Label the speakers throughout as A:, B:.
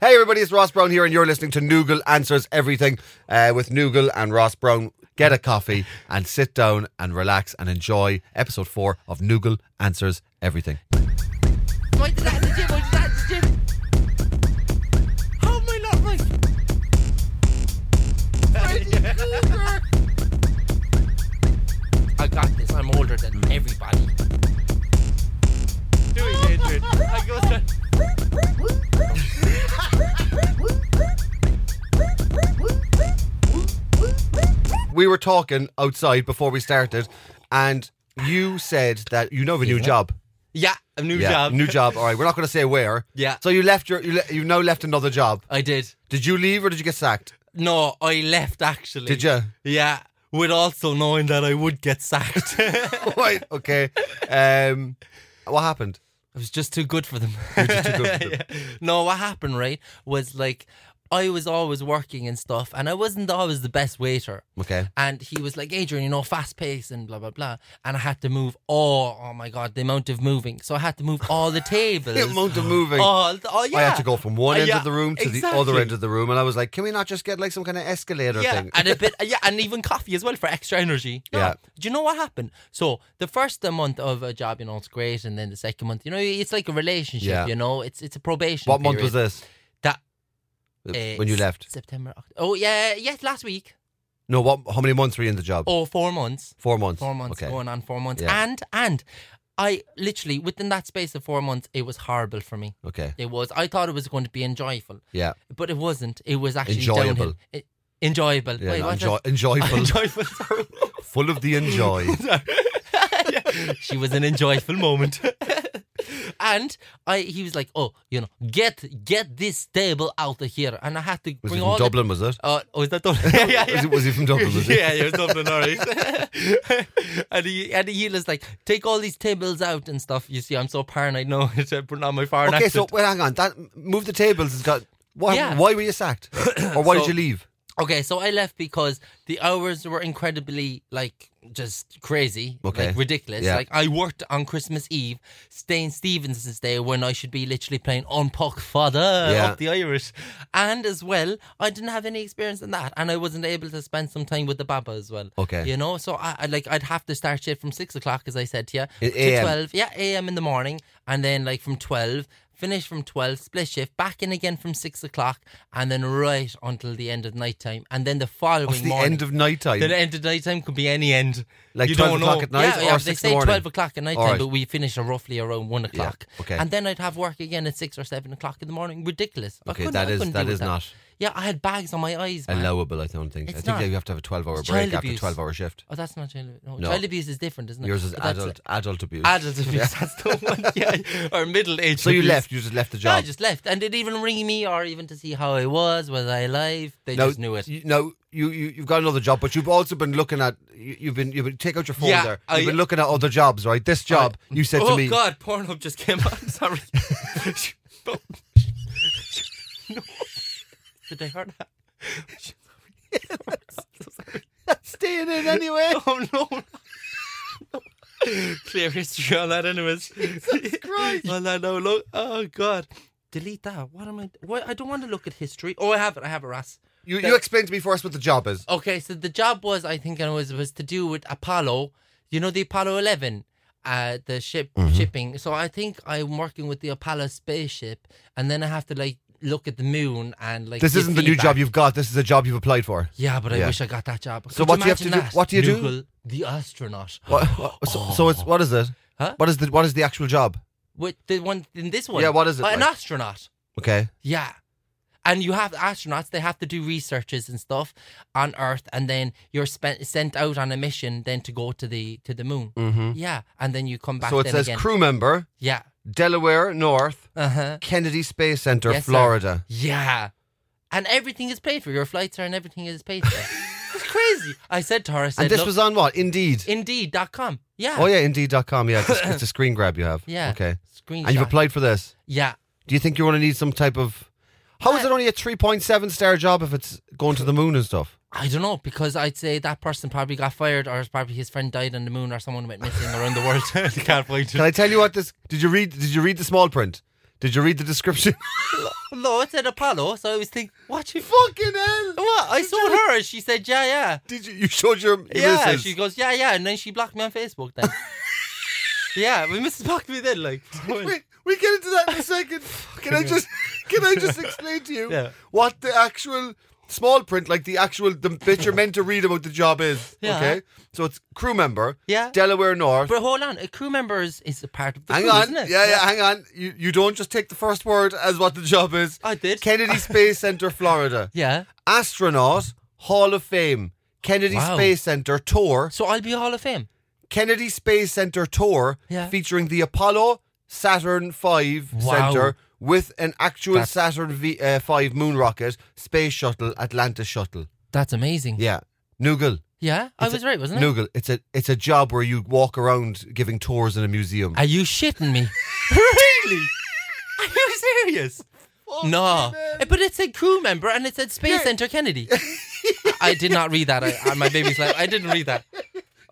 A: Hey, everybody, it's Ross Brown here, and you're listening to Noogle Answers Everything uh, with Noogle and Ross Brown. Get a coffee and sit down and relax and enjoy episode four of Noogle Answers Everything.
B: I did that in the gym. I did that in the gym. How am I not right? Freddy Krueger. I got this. I'm older than everybody.
C: doing, Adrian? I go to
A: We were talking outside before we started, and you said that you know of a new job.
C: yeah, a new
A: Yeah,
C: job.
A: New job. All right, we're not going to say where.
C: Yeah.
A: So you left your, you le- you've now left another job.
C: I did.
A: Did you leave or did you get sacked?
C: No, I left actually.
A: Did you?
C: Yeah, with also knowing that I would get sacked. I
A: Right. Okay. Um, what happened?
C: was just too good for them.
A: Too good for them.
C: no, what happened right was like I was always working and stuff, and I wasn't always the best waiter.
A: Okay.
C: And he was like, Adrian, you know, fast pace and blah blah blah. And I had to move. all oh my god, the amount of moving. So I had to move all the tables.
A: The amount of moving.
C: All, oh yeah.
A: I had to go from one
C: Uh,
A: end
C: yeah,
A: of the room to the other
C: exactly.
A: end of the room, and I was like, "Can we not just get like some kind of escalator
C: yeah,
A: thing?"
C: and a bit, yeah, and even coffee as well for extra energy. No,
A: Yeah.
C: Do you know what happened? So the first uh, month of a job, you know, it's great, and then the second month, you know, it's like a relationship.
A: Yeah.
C: You know, it's it's a probation.
A: what month was
C: period.
A: this?
C: That uh,
A: when you
C: s-
A: left?
C: September. Oct- Oh yeah, yes, last week.
A: No. What? How many months were you in the job?
C: Oh, four months.
A: Four months.
C: Four months
A: Okay.
C: going on. Four months,
A: Yeah.
C: and and I literally within that space of four months, it was horrible for me.
A: Okay.
C: It was. I thought it was going to be enjoyable,
A: Yeah.
C: but it wasn't. It was actually
A: Enjoyable.
C: downhill. E- enjoyable.
A: Yeah.
C: Wait,
A: no,
C: what's
A: enjoy-
C: that?
A: enjoyable.
C: enjoyable. Sorry.
A: full of the enjoy.
C: she was an enjoyable moment. and I, he was like, "Oh, you know, get get this table out of here." And I had to
A: Was
C: bring
A: he
C: all
A: from
C: the-
A: Dublin? Was it?
C: uh, oh, is that Dublin? yeah, yeah,
A: Was,
C: yeah.
A: he, was he from Dublin? Was he?
C: yeah, yeah, it was Dublin, alright. and he and he was like, "Take all these tables out and stuff." You see, I'm so paranoid now. it's uh, putting on my foreign
A: Okay. So
C: accent.
A: wait, hang on. That move the tables has got. Why,
C: Yeah.
A: why were you sacked? or why did
C: So-
A: you leave?
C: Okay, so I left because the hours were incredibly like just crazy,
A: Okay.
C: like ridiculous.
A: Yeah.
C: Like I worked on Christmas Eve, staying Stevenson's Day when I should be literally playing on puck fodder
A: Yeah.
C: up the Irish, and as well I didn't have any experience in that, and I wasn't able to spend some time with the Baba as well.
A: Okay.
C: you know, so I, I like I'd have to start shit from six o'clock, as I said to you,
A: In
C: to
A: AM.
C: twelve, yeah, a.m. in the morning, and then like from twelve. Finish from 12, split shift, back in again from 6 o'clock, and then right until the end of night time. And then the following
A: It's the
C: morning.
A: end of night time.
C: the end of night time could be any end.
A: Like
C: you
A: 12
C: don't
A: o'clock
C: know.
A: at night
C: yeah,
A: or
C: yeah,
A: 6
C: they say
A: morning?
C: 12 o'clock at night
A: All
C: time,
A: right.
C: but we finish roughly around 1 o'clock.
A: okay.
C: And then I'd have work again at 6 or 7 o'clock in the morning. Ridiculous. I
A: Okay,
C: couldn't-
A: that
C: I
A: is-
C: couldn't
A: that
C: deal with
A: is not-
C: Yeah, I had bags on my eyes. Man.
A: Allowable, I don't think.
C: It's
A: I think
C: not.
A: that you have to have a twelve-hour
C: It's
A: break
C: child
A: after
C: abuse.
A: twelve-hour shift.
C: Oh, that's not child abuse. No,
A: No.
C: Child abuse is different, isn't it?
A: Yours is
C: But that's
A: adult,
C: like-
A: adult abuse.
C: Adult abuse, that's the one. Yeah, or middle age.
A: So you
C: abuse.
A: left. You just left the
C: Yeah, I
A: job.
C: just left, and they'd even ring me or even to see how I was, was I alive. They just knew it.
A: You, no, you, you you've got another job, but you've also been looking at you, you've been you've been take out your phone
C: Yeah,
A: there. You've
C: I- uh,
A: been looking at other jobs, right? This job, you said to
C: oh
A: me,
C: God, Pornhub just came on. Sorry. no. Did I hear that?
A: staying in anyway.
C: Oh no. No. Clear history on that, anyways. Christ. on that, no, look. Oh God. Delete that. What am I? What? I don't want to look at history. Oh, I have it. I have it, Ras.
A: You you explain to me first what the job is.
C: Okay, so the job was, I think, and was was to do with Apollo. You know the Apollo Eleven, uh, the ship
A: Mm-hmm.
C: shipping. So I think I'm working with the Apollo spaceship, and then I have to like look at the moon and like.
A: This
C: give
A: isn't the new
C: feedback.
A: job you've got. This is a job you've applied for.
C: Yeah, but I
A: Yeah.
C: wish I got that job.
A: So what do you have to
C: imagine
A: do-
C: that?
A: what do you do?
C: Google The astronaut.
A: What, what- so, so it's what is it?
C: Huh?
A: What is the what is the actual job?
C: With the one in this one.
A: Yeah, what is it
C: Uh, An
A: like?
C: astronaut.
A: Okay.
C: Yeah. And you have astronauts, they have to do researches and stuff on Earth, and then you're spent, sent out on a mission then to go to the to the moon.
A: Mm-hmm.
C: Yeah, and then you come back.
A: So it
C: then
A: says
C: again.
A: crew member,
C: Yeah.
A: Delaware North,
C: Uh huh.
A: Kennedy Space Center,
C: Yes, sir.
A: Florida.
C: Yeah. And everything is paid for. Your flights are and everything is paid for. it's crazy. I said to her, I said,
A: And this
C: Look,
A: was on what? Indeed.
C: Indeed.com. Yeah.
A: Oh yeah, Indeed.com. Yeah, it's a, it's a screen grab you have.
C: Yeah.
A: Okay.
C: Screenshot.
A: And you've applied for this.
C: Yeah.
A: Do you think you're going to need some type of? How
C: Uh,
A: is it only a three point seven star job if it's going to the moon and stuff?
C: I don't know because I'd say that person probably got fired, or probably his friend died on the moon, or someone went missing around the world. Can't find
A: Can I tell you what this? Did you read? Did you read the small print? Did you read the description?
C: No, it said Apollo, so I was thinking, what you?
A: Fucking hell!
C: What? I saw her, and she said, yeah, yeah.
A: Did you? You showed your, your
C: Yeah,
A: missus.
C: she goes, yeah, yeah, and then she blocked me on Facebook then. yeah, we Mrs. blocked me then, like.
A: Wait, we get into that in a second. Can I just can I just explain to you
C: Yeah.
A: what the actual small print, like the actual the bit you're meant to read about the job is?
C: Yeah.
A: Okay, so it's crew member,
C: Yeah.
A: Delaware North.
C: But hold on, a crew member is, is a part of the
A: hang
C: crew,
A: on,
C: isn't
A: yeah,
C: it?
A: yeah, hang on. You you don't just take the first word as what the job is.
C: I did.
A: Kennedy Space Center, Florida.
C: yeah.
A: Astronaut, Hall of Fame. Kennedy
C: Wow.
A: Space Center tour.
C: So I'll be Hall of Fame.
A: Kennedy Space Center tour
C: Yeah.
A: featuring the Apollo Saturn V
C: Wow.
A: Center with an actual
C: That's-
A: Saturn v, uh, V moon rocket, space shuttle, Atlantis shuttle.
C: That's amazing. Yeah,
A: Yeah. Noogle.
C: I
A: It's a-
C: was right, wasn't I?
A: Noogle. It's a it's a job where you walk around giving tours in a museum.
C: Are you shitting me? really? Are you serious?
A: Oh,
C: no. Eh, But it said crew member and it said Space Center Kennedy. I did not read that. I, I- my baby's like, I didn't read that.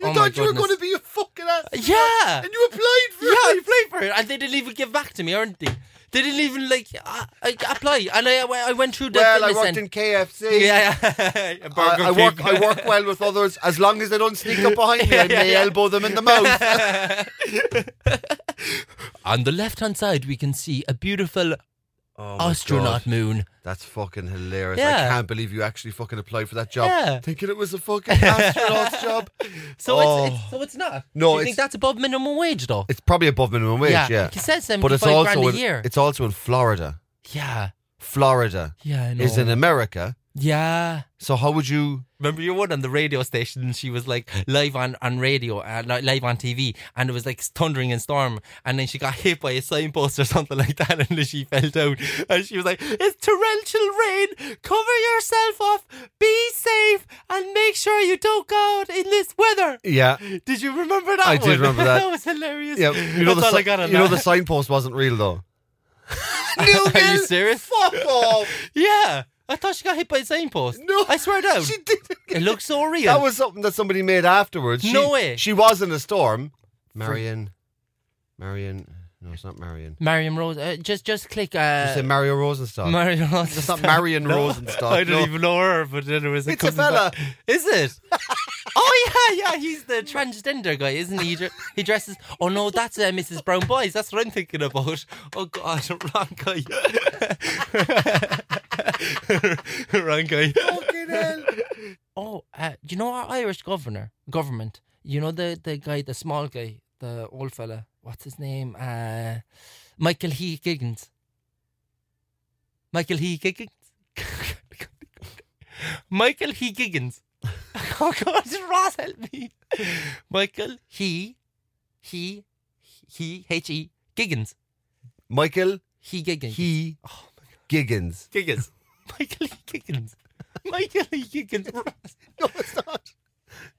A: you
C: oh my
A: thought you were
C: goodness.
A: going to be a fucking ass.
C: Yeah.
A: And you applied for
C: Yeah, I
A: it.
C: applied for it, and they didn't even give back to me, aren't they? They didn't even like uh, I apply, and I I went through the
A: Well, I
C: fitness
A: worked
C: center.
A: in KFC.
C: yeah, yeah. A Burger
A: I, I work.
C: King.
A: I work well with others as long as they don't sneak up behind me. I may elbow them in the mouth.
C: On the left hand side, we can see a beautiful
A: Oh my
C: astronaut
A: God.
C: moon.
A: That's fucking hilarious. I
C: Yeah.
A: can't believe you actually fucking applied for that job.
C: Yeah.
A: Thinking it was a fucking astronaut's job.
C: So
A: Oh.
C: it's, it's so it's not.
A: No,
C: you
A: it's-
C: think that's above minimum wage though?
A: It's probably above minimum wage, yeah.
C: It says
A: But
C: seventy-five
A: it's also
C: grand
A: in,
C: a year.
A: it's also in Florida.
C: yeah,
A: Florida
C: yeah, I know.
A: is in America.
C: Yeah.
A: So how would you
C: Remember your one on the radio station? and She was like live on on radio, uh, li- live on TV, and it was like thundering and storm. And then she got hit by a signpost or something like that, and then she fell down. And she was like, "It's torrential rain. Cover yourself up. Be safe, and make sure you don't go out in this weather."
A: Yeah.
C: Did you remember that?
A: I did
C: one?
A: remember that.
C: that was hilarious.
A: Yeah. You know
C: That's all
A: the
C: I got on
A: you know the
C: that.
A: signpost wasn't real though.
C: Are you
A: Newgill,
C: serious?
A: Fuck off.
C: Yeah, I thought she got hit by a signpost.
A: No.
C: I swear down.
A: She didn't
C: It looks so real.
A: That was something that somebody made afterwards. She,
C: No way.
A: She was in a storm. Marion. Marion. No, it's not Marion.
C: Marion Rose. Uh, just just click. Uh,
A: Just say Mario Rosenstock.
C: Marion
A: It's not Marion Rosenstock.
C: I
A: no.
C: don't even know her, but then it was a
A: It's a
C: cousin
A: fella.
C: by- Is it? oh yeah, yeah. He's the transgender guy, isn't he? He, dre- he dresses. Oh no, that's uh, Mrs. Brown Boys. That's what I'm thinking about. Oh god, wrong guy. wrong guy.
A: Fucking hell.
C: Oh, uh, do you know our Irish governor government? You know the the guy, the small guy, the old fella. What's his name? Uh, Michael He Giggins. Michael He Giggins. Michael He Giggins. oh God, Ross, help me. Michael He, he, he, H E Giggins.
A: Michael
C: He Giggins.
A: He Oh Giggins.
C: Giggins. Michael He Giggins. Michael He Giggins. Ross.
A: No, it's not.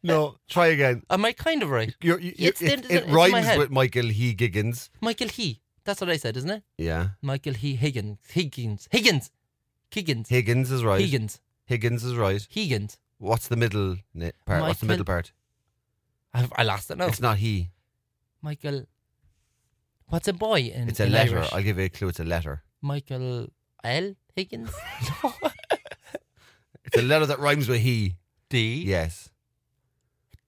A: No, try again.
C: Am I kind of right?
A: You're, you,
C: It's
A: it,
C: in-
A: it
C: it's in my
A: rhymes
C: head.
A: with Michael He Giggins.
C: Michael He. That's what I said, isn't it?
A: Yeah.
C: Michael He Higgins. Higgins. Higgins. Higgins.
A: Higgins is right.
C: Higgins.
A: Higgins is right.
C: Higgins.
A: What's the middle ni- part? What's the
C: Michael- Oh.
A: middle part?
C: I, I lost it now.
A: It's not he.
C: Michael. What's a boy in
A: It's a
C: in
A: letter.
C: Irish?
A: I'll give you a clue. It's a letter.
C: Michael L. Higgins? no.
A: It's a letter that rhymes with he.
C: D.
A: Yes.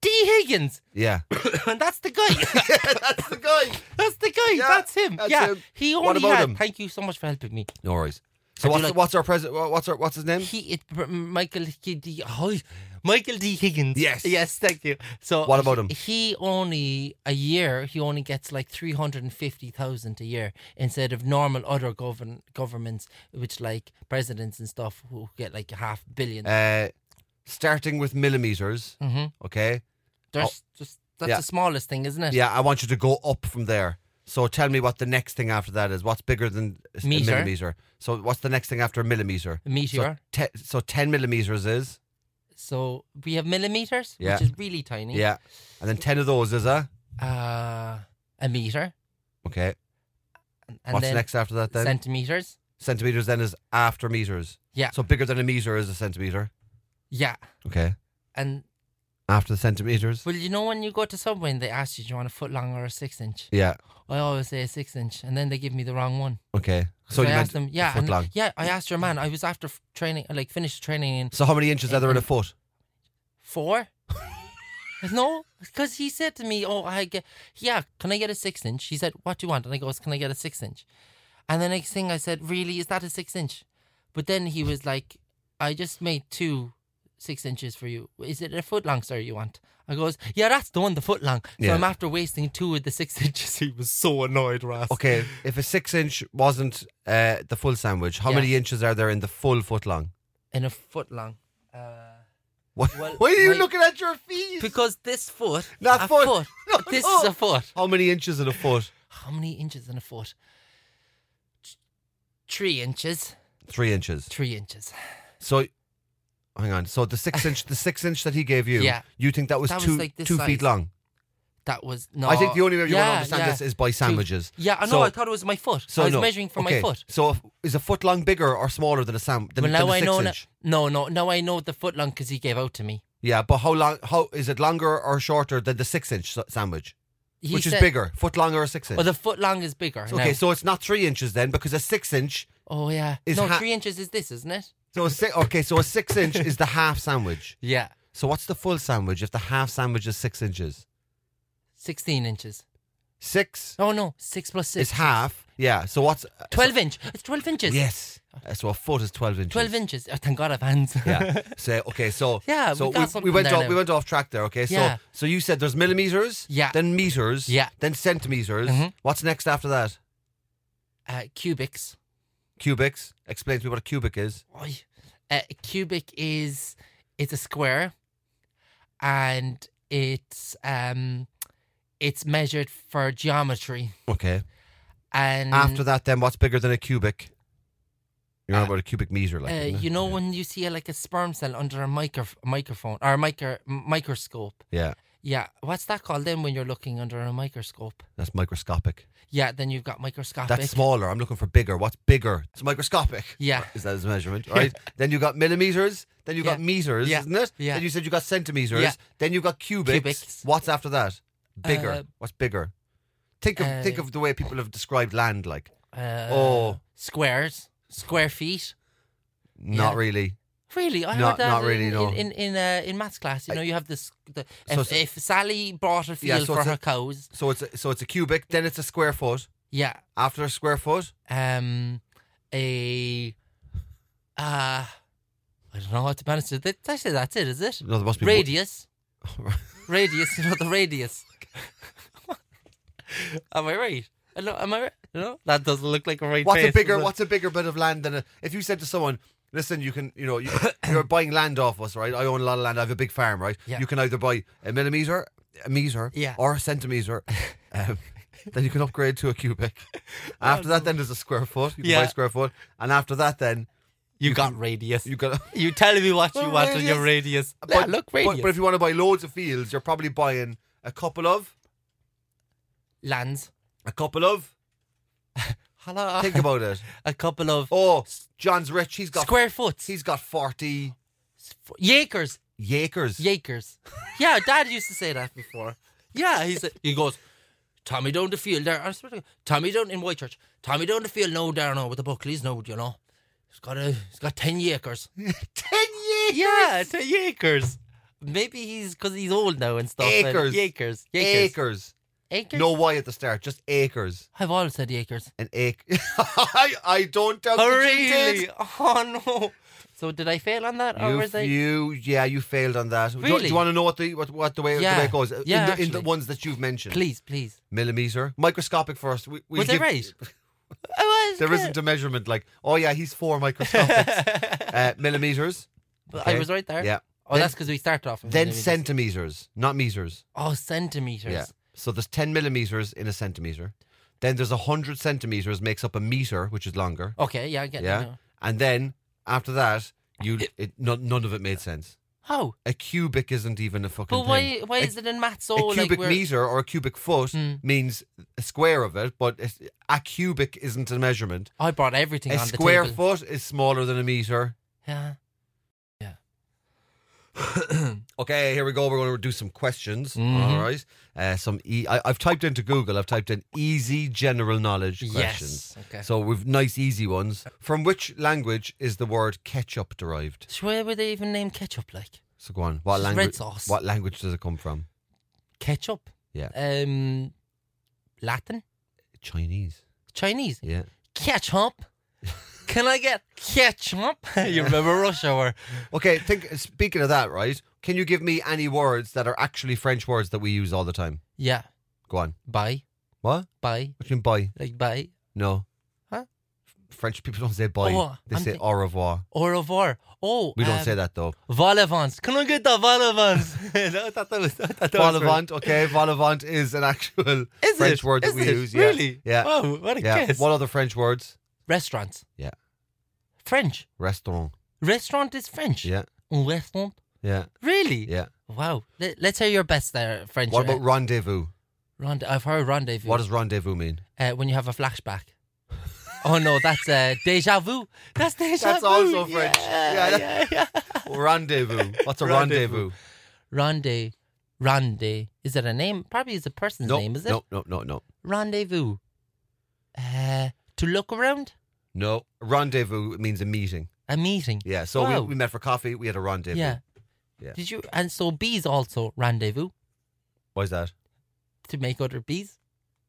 C: D. Higgins.
A: Yeah.
C: and that's the guy.
A: That's the guy.
C: that's the guy.
A: Yeah,
C: that's him.
A: that's
C: yeah.
A: him.
C: He only
A: What about
C: had.
A: him?
C: Thank you so much for helping me.
A: No worries. So
C: I do
A: what's,
C: like-
A: what's our president? What's our, what's his name?
C: He, it, Michael He- D. Oh, Michael D. Higgins.
A: Yes.
C: Yes, thank you. So
A: What about him?
C: He only a year. He only gets like three hundred and fifty thousand a year instead of normal other govern governments, which like presidents and stuff who get like a half billion.
A: Uh, starting with millimeters.
C: Mhm.
A: Okay.
C: There's just
A: Oh,
C: that's
A: yeah.
C: the smallest thing, isn't it?
A: Yeah, I want you to go up from there. So tell me what the next thing after that is. What's bigger than a
C: Meter.
A: millimeter? So what's the next thing after a millimeter?
C: A meteor.
A: So, te- so ten millimeters is
C: So we have millimeters,
A: Yeah.
C: which is really tiny.
A: yeah, and then ten of those is a
C: Uh, a meter.
A: okay.
C: And and
A: what's
C: then
A: next after that then?
C: Centimeters.
A: centimeters then is after meters.
C: Yeah.
A: So bigger than a meter is a centimeter.
C: Yeah.
A: Okay.
C: And
A: after the centimeters.
C: Well, you know when you go to Subway and they ask you, do you want a foot long or a six inch?
A: Yeah.
C: I always say a six inch, and then they give me the wrong one.
A: Okay. So
C: I
A: you meant
C: asked them, yeah,
A: foot
C: and-
A: long.
C: yeah. I asked your man. I was after f- training, like finished training in
A: So how many inches are there in a
C: Mm-hmm.
A: foot?
C: four. no, because he said to me, "Oh, I get yeah. Can I get a six inch?" He said, "What do you want?" And I goes, "Can I get a six inch?" And the next thing I said, "Really, is that a six inch?" But then he was like, "I just made two six inches for you. Is it a foot long, sir? You want?" I goes, "Yeah, that's the one, the foot long." So
A: Yeah.
C: I'm after wasting two of the six inches. He was so annoyed, Ross.
A: Okay. If a six inch wasn't uh, the full sandwich, how
C: Yeah.
A: many inches are there in the full foot long?
C: in a foot long. Uh,
A: Why,
C: Well,
A: why are you
C: my-
A: looking at your feet?
C: because this foot,
A: Not
C: a
A: foot.
C: foot.
A: No,
C: this
A: no.
C: is a foot.
A: how many inches in a foot?
C: How many inches in a foot? Th- Three inches.
A: Three inches.
C: Three inches.
A: So, hang on. So the six inch, the six inch that he gave you,
C: Yeah.
A: you think that was
C: That was
A: two
C: like this
A: two
C: size.
A: feet long?
C: That was no.
A: I think the only way you
C: yeah,
A: want to understand
C: yeah.
A: this is by sandwiches.
C: Yeah, I know.
A: So-
C: I thought it was my foot.
A: So
C: I was
A: no.
C: measuring from
A: Okay.
C: my foot.
A: So if- is a foot long bigger or smaller than a sam than,
C: Well,
A: than
C: now
A: a
C: I
A: six
C: know.
A: inch?
C: No, no. Now I know the foot long because he gave out to me.
A: Yeah, but how long? How is it longer or shorter than the six inch sa- sandwich,
C: He
A: which is
C: said-
A: bigger, foot long or a six inch?
C: Oh, the foot long is bigger.
A: okay,
C: now.
A: so it's not three inches then, because a six inch.
C: oh yeah.
A: Is
C: no,
A: ha-
C: three inches is this, isn't it?
A: So a si- okay, so a six inch is the half sandwich.
C: Yeah,
A: So what's the full sandwich if the half sandwich is six inches?
C: sixteen inches.
A: Six
C: Oh no, six plus six.
A: is half. Yeah. So what's
C: Twelve inch. It's twelve inches.
A: Yes. Uh, So a foot is twelve inches.
C: Twelve inches. Oh, thank God I've hands.
A: Yeah. So okay. So
C: Yeah,
A: So
C: we got something
A: went
C: there
A: off,
C: now.
A: we went off track there. Okay. So
C: Yeah.
A: so you said there's millimeters.
C: Yeah.
A: Then meters.
C: Yeah.
A: Then centimeters.
C: Mhm.
A: What's next after that?
C: uh, cubics.
A: Cubics. Explain to me what a cubic is.
C: Oy. Uh, a cubic is it's a square, and it's um, it's measured for geometry.
A: Okay.
C: And
A: After that, then what's bigger than a cubic? You're on
C: Uh,
A: about a cubic meter, like
C: uh,
A: isn't it?
C: you know when you see uh like a sperm cell under a micro- microphone or a micro- m- microscope.
A: Yeah.
C: Yeah, what's that called then when you're looking under a microscope?
A: That's microscopic.
C: Yeah, then you've got microscopic.
A: That's smaller. I'm looking for bigger. What's bigger? It's microscopic.
C: Yeah.
A: Is that his measurement? Right. then you got millimeters. Then you got
C: Yeah.
A: meters,
C: Yeah.
A: isn't it?
C: Yeah.
A: Then you said you got centimeters.
C: Yeah.
A: Then you got cubics.
C: Cubics.
A: What's after that? Bigger.
C: Uh,
A: What's bigger? Think of
C: uh,
A: think of the way people have described land like.
C: Uh,
A: oh,
C: squares, square feet.
A: not
C: yeah.
A: really.
C: Really, I
A: Not-
C: heard that
A: not really,
C: in,
A: no.
C: in in in, uh, in maths class. You know, you have this. The,
A: So
C: if,
A: it's a-
C: if Sally brought a
A: Yeah,
C: field
A: so
C: for
A: it's a-
C: her cows,
A: So it's a, so it's a cubic, then it's a square foot.
C: yeah,
A: After a square foot,
C: um, a, uh, I don't know what to manage. That actually that's it, is it?
A: no, there must be more-
C: Radius, radius. You know the radius. am I right? Hello, am I right? No, that doesn't look like a right.
A: What's
C: face,
A: a
C: does
A: bigger
C: it?
A: What's a bigger bit of land than a? If you said to someone, "Listen, you can, you know, you, you're buying land off us, right? I own a lot of land. I have a big farm, right?
C: Yeah.
A: You can either buy a millimeter, a meter,
C: Yeah.
A: or a centimeter. um, then you can upgrade to a cubic. After that, then there's a square foot. You can buy
C: Oh, Yeah.
A: a square foot, and after that, then
C: You, got radius.
A: you
C: You,
A: got.
C: tell me what you
A: Well,
C: want on your radius. yeah, look, radius.
A: But, but if you want to buy loads of fields, you're probably buying a couple of,
C: Lands.
A: a couple of.
C: Hello.
A: Think about it.
C: a couple of
A: Oh, John's rich. He's got
C: square foot.
A: He's got forty
C: Yakers,
A: acres.
C: yakers. Yeah, Dad used to say that before. Yeah, he said he goes, Tommy down the field there. I swear to God, Tommy down in Whitechurch. Tommy down the field now down now with the Buckleys now, you know. He's got a he's got ten yakers.
A: Ten years.
C: Yeah, ten yakers. Maybe he's because he's old now and stuff. and-
A: Acres.
C: Yakers. Yakers.
A: acres.
C: Acres?
A: No Y at the start, just acres.
C: I've always said yakers.
A: An acre. I, I don't doubt
C: Oh
A: that you did.
C: really? Oh no. So did I fail on that? or
A: You,
C: Oh, was I
A: you, yeah, you failed on that. Do you- Do,
C: Really?
A: you want to know what the what, what the way the
C: Yeah.
A: way it goes? Uh,
C: Yeah,
A: in, the, in the
C: actually.
A: ones that you've mentioned,
C: please, please.
A: millimeter, microscopic first. We, we'll
C: Was I
A: give-
C: right? I was
A: There
C: good.
A: isn't a measurement like, oh yeah, he's four microscopics. uh, millimeters.
C: But
A: Okay.
C: I was right there.
A: Yeah.
C: Oh, that's because we started off. with
A: Then
C: millimeters.
A: centimeters, not meters.
C: Oh, centimeters.
A: Yeah. So there's 10 millimeters in a centimeter. Then there's 100 centimeters makes up a meter, which is longer.
C: Okay. Yeah. I get
A: yeah.
C: it now.
A: And then after that, you it, no, none of it made sense.
C: How?
A: A cubic isn't even a fucking
C: Oh, But why?
A: thing.
C: Why
A: A-
C: is it in maths so
A: a
C: like Hmm.
A: cubic
C: we're-
A: meter or a cubic foot means a square of it, but it's- a cubic isn't a measurement.
C: I brought everything
A: A
C: on
A: square
C: the table.
A: foot is smaller than a meter.
C: Yeah.
A: Okay, here we go. We're going to do some questions.
C: Mm-hmm.
A: All right. Uh, some e- I, I've typed into Google. I've typed in easy general knowledge
C: Yes.
A: questions.
C: Okay.
A: So we've nice easy ones. From which language is the word ketchup derived?
C: So where would they even name ketchup like?
A: So go on. What
C: It's red
A: language?
C: sauce.
A: What language does it come from?
C: Ketchup?
A: Yeah,
C: Um, Latin?
A: Chinese.
C: Chinese?
A: Yeah.
C: Ketchup? Can I get ketchup? you remember Russia where
A: Okay. Think. Speaking of that, right? Can you give me any words that are actually French words that we use all the time?
C: Yeah.
A: Go on.
C: Bye.
A: What?
C: Bye.
A: What do you mean by?
C: Like bye.
A: No.
C: Huh?
A: French people don't say bye.
C: Oh,
A: they
C: I'm
A: say
C: thi-
A: au revoir.
C: Au revoir. Oh
A: We don't
C: um,
A: say that though.
C: Volivants. Can I get the volivants? no, I thought that was I thought that was
A: Volivant, okay. Volivant is an actual
C: Is
A: French
C: it?
A: word that
C: Is
A: we
C: it?
A: use. Yeah.
C: Really?
A: Yeah.
C: Oh, what a
A: yeah.
C: guess.
A: What other French words?
C: Restaurants.
A: Yeah.
C: French.
A: Restaurant.
C: Restaurant is French.
A: Yeah.
C: Un restaurant.
A: Yeah.
C: Really?
A: Yeah.
C: Wow. Let, let's hear your best there, French. Mm.
A: What about rendezvous?
C: Ronde- I've heard rendezvous.
A: What does rendezvous mean?
C: uh, when you have a flashback? oh no, that's uh, deja vu. That's deja
A: That's
C: vu.
A: also French. Yeah,
C: Yeah, yeah, yeah.
A: rendezvous. What's a rendezvous?
C: Rendezvous. Rendez, rendez. Is it a name? Probably is a person's
A: No,
C: name. Is it?
A: no, no, no, no.
C: Rendezvous. Uh, to look around.
A: No. Rendezvous means a meeting.
C: A meeting.
A: Yeah. So
C: Wow.
A: we, we met for coffee, we had a rendezvous.
C: Yeah.
A: Yeah.
C: Did you? And so bees also rendezvous
A: Why is that?
C: to make other bees.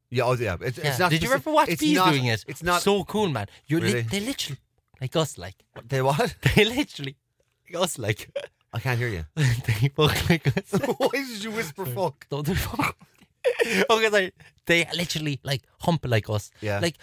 A: Yeah, oh, yeah. It's, it's
C: Yeah.
A: not
C: Did you
A: specific-
C: ever watch
A: it's
C: bees
A: not-
C: doing it?
A: It's not.
C: so cool, man. You're
A: Really?
C: lit they literally like us, like
A: they what?
C: they literally like us, like
A: I can't hear you.
C: they fuck like us.
A: Why did you whisper fuck?
C: Don't they fuck? okay, sorry. They literally like hump like us.
A: Yeah.
C: Like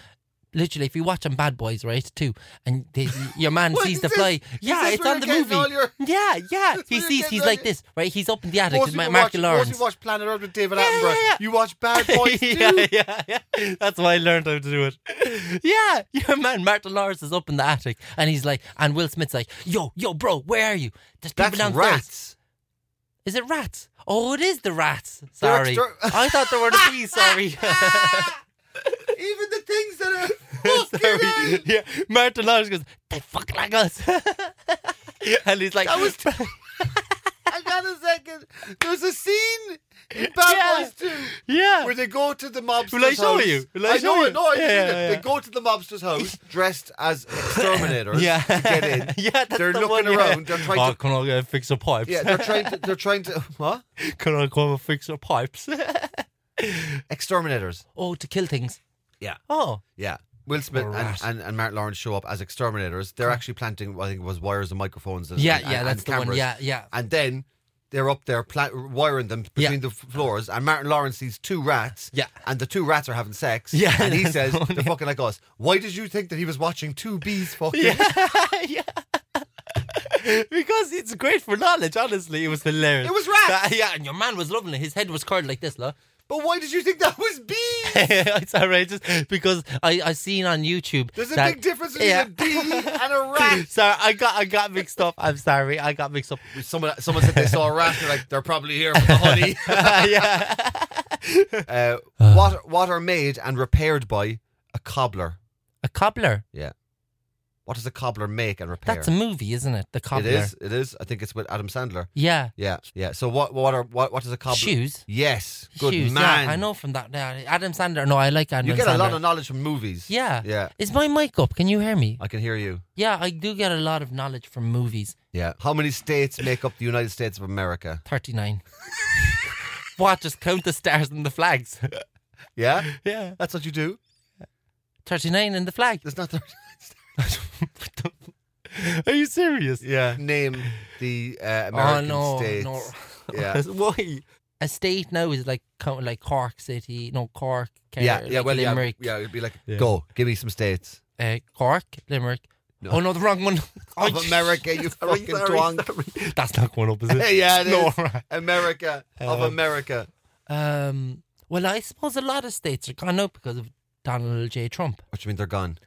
C: literally, if you watch them Bad Boys, right, too, and they, your man
A: What
C: sees
A: is
C: the
A: this?
C: fly.
A: Is
C: Yeah,
A: this
C: it's
A: where
C: on the
A: you're getting all
C: movie.
A: your-
C: Yeah, yeah.
A: That's
C: He
A: where you're
C: sees.
A: getting
C: He's
A: all
C: like
A: your-
C: this, right? He's up in the attic.
A: Most
C: with
A: people
C: Marky
A: watch,
C: Lawrence.
A: Most people watch Planet Earth with David
C: Yeah,
A: Attenborough.
C: yeah, yeah.
A: You watch Bad Boys too.
C: yeah, yeah, yeah. That's why I learned how to do it. Yeah, your man Martin Lawrence is up in the attic, and he's like, and Will Smith's like, "Yo, yo, bro, where are you? There's people
A: That's
C: downstairs.
A: rats.
C: Is it rats? Oh, it is the rats.
A: They're
C: Sorry,
A: extra-
C: I thought they were the bees. Sorry.
A: Even the things that are
C: Sorry. Yeah, Martin Lawrence goes, "They fuck like us," and he's like,
A: That was I got a second. There's a scene in Bad
C: Yeah.
A: Boys 2
C: "Yeah."
A: where they go to the mobster's
C: Will I show
A: house.
C: you? Will I show
A: know
C: you?
A: it. No, I've
C: Yeah,
A: seen
C: yeah,
A: it.
C: yeah.
A: They go to the mobster's house dressed as exterminators
C: yeah,
A: to get in.
C: yeah, that's
A: They're
C: the
A: looking
C: one, yeah.
A: around. They're trying
C: oh,
A: to.
C: Can I go and fix the pipes?
A: Yeah, they're trying to. They're trying to. What?
C: can I go and fix the pipes?
A: Exterminators.
C: oh, to kill things.
A: Yeah.
C: Oh,
A: Yeah. Will Smith and,
C: Right.
A: and, and Martin Lawrence show up as exterminators. They're actually planting, I think it was wires and microphones and,
C: yeah,
A: and,
C: yeah,
A: and
C: that's the
A: cameras.
C: one. Yeah, yeah.
A: And then they're up there pla- wiring them
C: Yeah.
A: between the f- floors. And Martin Lawrence sees two rats.
C: Yeah.
A: And the two rats are having sex.
C: Yeah,
A: And he
C: that's
A: says,
C: the one,
A: they're
C: yeah.
A: fucking like us. Why did you think that he was watching two bees fucking?
C: yeah. because it's great for knowledge, honestly. It was hilarious.
A: It was rats.
C: That- yeah, and your man was loving it. His head was curled like this, look.
A: But why did you think that was bees?
C: it's outrageous because I I seen on YouTube.
A: There's a
C: that-
A: big difference between
C: yeah.
A: a bee and a rat.
C: Sorry, I got I got mixed up. I'm sorry, I got mixed up.
A: Someone, someone said they saw a rat. They're like, they're probably here for the honey.
C: yeah.
A: Uh, what what are made and repaired by a cobbler?
C: A cobbler.
A: Yeah. What does a cobbler make and repair?
C: That's a movie, isn't it? The
A: it
C: cobbler.
A: is. It is. I think it's with Adam Sandler.
C: Yeah.
A: Yeah, yeah. So what? What are what? What does a cobbler?
C: Shoes.
A: Yes. Good
C: Shoes,
A: man.
C: Yeah, I know from that. Yeah, Adam Sandler. No, I like Adam
A: You get
C: Sandler.
A: a lot of knowledge from movies.
C: Yeah.
A: Yeah.
C: Is my mic up? Can you hear me?
A: I can hear you.
C: Yeah, I do get a lot of knowledge from movies.
A: Yeah. How many states make up the United States of America?
C: 39. what? Just count the stars and the flags.
A: Yeah.
C: Yeah.
A: That's what you do.
C: 39 and the flag.
A: There's not. Thirty-
C: Are you serious?
A: yeah. Name the uh, American
C: oh, no.
A: states.
C: no.
A: Yeah.
C: Why? A state now is like count like Cork City, no Cork, Kerry,
A: Yeah. Yeah.
C: like
A: Well. Yeah.
C: Limerick,
A: Yeah. It'd be like, go. Give me some states.
C: Uh, Cork, Limerick. Oh no, the wrong one. Oh,
A: of America, you
C: sorry,
A: fucking
C: sorry,
A: twonk.
C: sorry. That's not going up, is it?
A: yeah, it
C: No,
A: is.
C: right.
A: America of America.
C: Um, well, I suppose a lot of states are gone up because of Donald J. Trump.
A: What do you mean they're gone?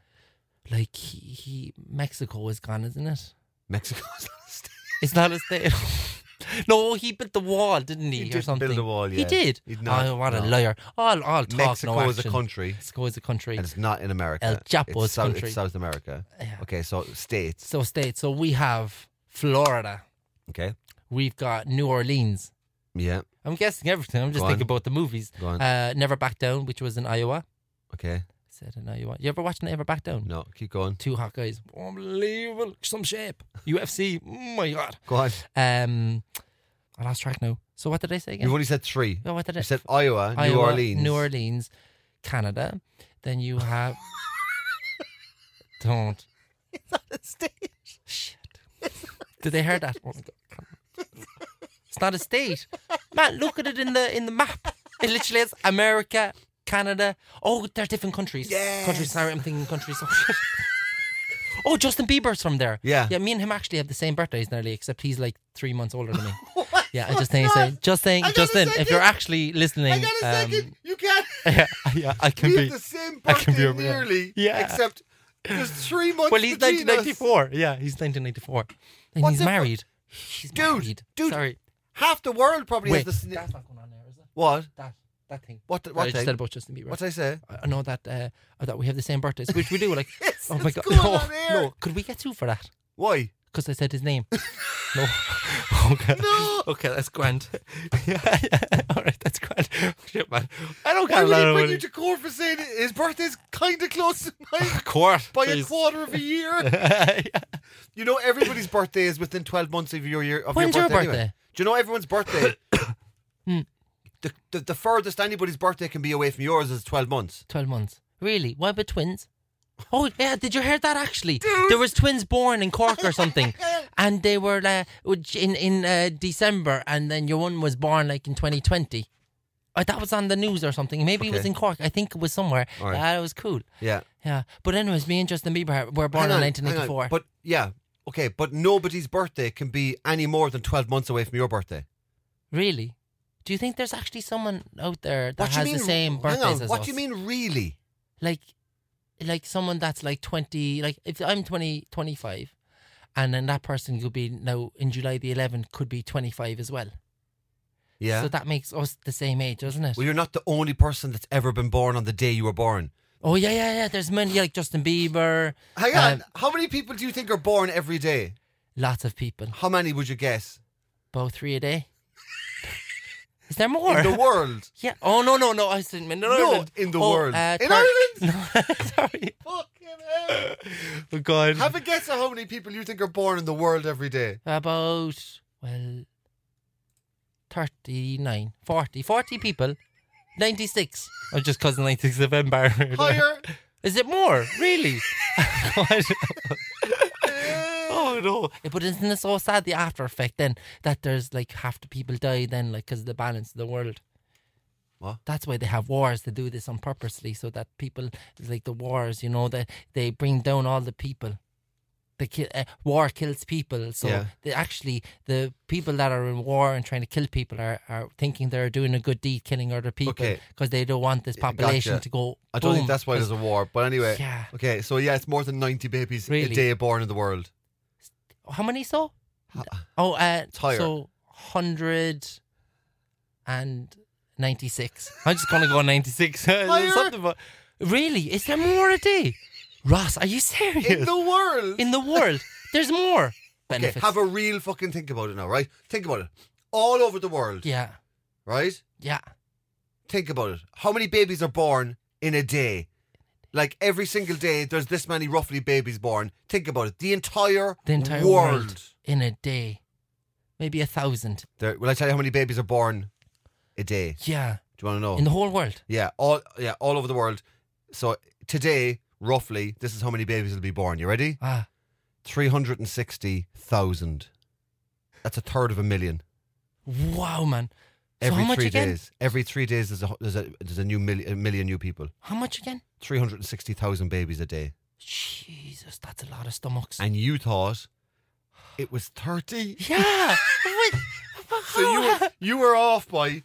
C: Like he, he Mexico is gone, isn't it?
A: Mexico's not a state.
C: It's not a state. no, he built the wall, didn't he,
A: He
C: or
A: didn't
C: something?
A: build a wall,
C: He
A: yeah.
C: did.
A: He did not,
C: oh, what a
A: no.
C: liar! All, all talk,
A: Mexico
C: no action.
A: is a country,
C: Mexico is a country.
A: and it's not in America.
C: El Chapo's
A: it's South,
C: country.
A: It's South America.
C: Yeah.
A: Okay, so states.
C: So states. So we have Florida,
A: Okay,
C: we've got New Orleans.
A: Yeah.
C: I'm guessing everything. I'm just
A: Go on.
C: thinking about the movies.
A: Go on.
C: Uh, Never Back Down, which was in Iowa.
A: Okay.
C: said in Iowa. You ever watched Never Back Down?
A: No, keep going.
C: Two hot guys, unbelievable, some shape. UFC, oh my god.
A: Go on.
C: Um, I lost track now. So what did I say again?
A: You've only said three.
C: Oh, what did I?
A: You said Iowa, New
C: Iowa,
A: Orleans.
C: New Orleans, Canada. Then you have. Don't. Shit. Did they hear that? Oh my God. come on. It's not a state. Man, look at it in the in the map. It literally is America, Canada. Oh, they're different countries. Countries. Sorry, I'm thinking countries. Oh, shit. Oh, Justin Bieber's from there.
A: Yeah.
C: Yeah, me and him actually have the same birthdays nearly, except he's like three months older than me. Yeah, I just think, say, just think,
A: I got a
C: Justin, if
A: second.
C: you're actually listening,
A: I got a
C: um,
A: second. You can't.
C: yeah, yeah, I can
A: We
C: be.
A: have the same
C: I can
A: birthday
C: be over here.
A: nearly.
C: Yeah.
A: Except there's three months
C: Well, he's
A: between us.
C: 1994. Yeah, he's 1994. And
A: What's
C: he's
A: it for-
C: married. He's
A: Dude,
C: married.
A: dude,
C: Sorry.
A: Half the world probably has
C: Wait,
A: the same.
C: not going on there, is it?
A: What?
C: That, that thing.
A: What? The,
C: That
A: what
C: I just
A: thing?
C: said about Justin Bieber.
A: What did I say?
C: I I know that uh, that we have the same birthdays, which we do. Like,
A: Yes,
C: oh my
A: it's
C: god,
A: going
C: no,
A: on air.
C: no, could we get two for that?
A: Why?
C: Because I said his name. no. Okay.
A: No.
C: Okay, that's grand. yeah, yeah. All right, that's grand. Shit, man. I don't
A: I
C: care. a lot
A: really
C: of
A: bring
C: money.
A: you to court for saying it- his birthday's kind of close to mine
C: court
A: by a
C: please.
A: quarter of a year. You know, everybody's birthday is within 12 months of your year. Of
C: When's
A: your
C: your
A: birthday? Hmm. anyway.
C: birthday?
A: Do you know everyone's birthday? the, the, the furthest anybody's birthday can be away from yours is 12 months.
C: 12 months. Really? Why about twins? Oh, yeah, did you hear that actually? There was twins born in Cork or something. and they were uh, which- in in uh, December and then your one was born like in 2020. Uh, that was on the news or something. Maybe it was
A: Okay.
C: in Cork. I think it was somewhere.
A: All right.
C: That was cool.
A: Yeah.
C: Yeah. But anyways, me and Justin Bieber were born
A: Hang on,
C: in
A: hang on.
C: 1994.
A: But yeah, okay, but nobody's birthday can be any more than 12 months away from your birthday.
C: really? Do you think there's actually someone out there that
A: What do
C: has
A: you mean?
C: the same birthdays
A: hang on,
C: as
A: what
C: us?
A: do you mean, really?
C: like like someone that's like 20 like if i'm 20 25 and then that person could be now in july the 11th could be 25 as well
A: Yeah.
C: so that makes us the same age doesn't it
A: well, you're not the only person that's ever been born on the day you were born.
C: oh yeah yeah yeah there's many like justin bieber
A: Hang on,
C: Um,
A: how many people do you think are born every day?
C: lots of people
A: How many would you guess
C: about three a day is there more
A: in the world?
C: yeah oh no no no i was in, in
A: No,
C: Ireland.
A: in the
C: Oh,
A: world.
C: uh,
A: In
C: Car-
A: Ireland?
C: no sorry
A: Fucking hell.
C: oh god
A: Have a guess at how many people you think are born in the world every day.
C: about well 39 40 40 people 96 oh just cause the 96 of Empire
A: Higher.
C: is it more really God. oh no Eh, but isn't it so sad the after effect then that there's like half the people die then like because of the balance of the world
A: What?
C: that's why they have wars they do this on purposely so that people like the wars you know that they bring down all the people the ki- uh, war kills people. So
A: Yeah.
C: they actually, the people that are in war and trying to kill people are, are thinking they're doing a good deed, killing other people
A: Okay.
C: because they don't want this population
A: gotcha.
C: to go.
A: I don't
C: boom,
A: think that's why
C: 'cause-
A: there's a war, but anyway.
C: Yeah.
A: Okay, so yeah, it's more than 90 babies a
C: Really?
A: day born in the world.
C: How many so? Oh, uh,
A: It's higher.
C: so hundred and ninety-six. I'm just gonna go ninety-six.
A: Higher.
C: Something about- really? Is there more a day? Ross, are you serious?
A: In the world?
C: In the world, there's more
A: okay,
C: benefits.
A: have a real fucking think about it now, right? Think about it. All over the world,
C: yeah,
A: right?
C: yeah.
A: Think about it. How many babies are born in a day? Like every single day, there's this many roughly babies born. Think about it. The entire,
C: the entire world, in a day. Maybe a thousand.
A: There, will I tell you how many babies are born a day?
C: Yeah.
A: Do you want to know?
C: In the whole world.
A: Yeah, all yeah, all over the world. So today, roughly, this is how many babies will be born. You ready?
C: Ah.
A: Three hundred and sixty thousand. That's a third of a million.
C: Wow, man. So
A: Every
C: how much
A: three
C: again?
A: days, every three days, there's a there's a there's a new million, a million new people.
C: How much again?
A: Three hundred and sixty thousand babies a day.
C: Jesus, that's a lot of stomachs.
A: And you thought it was thirty,
C: yeah. Wait, but
A: so you
C: how-
A: were, you were off by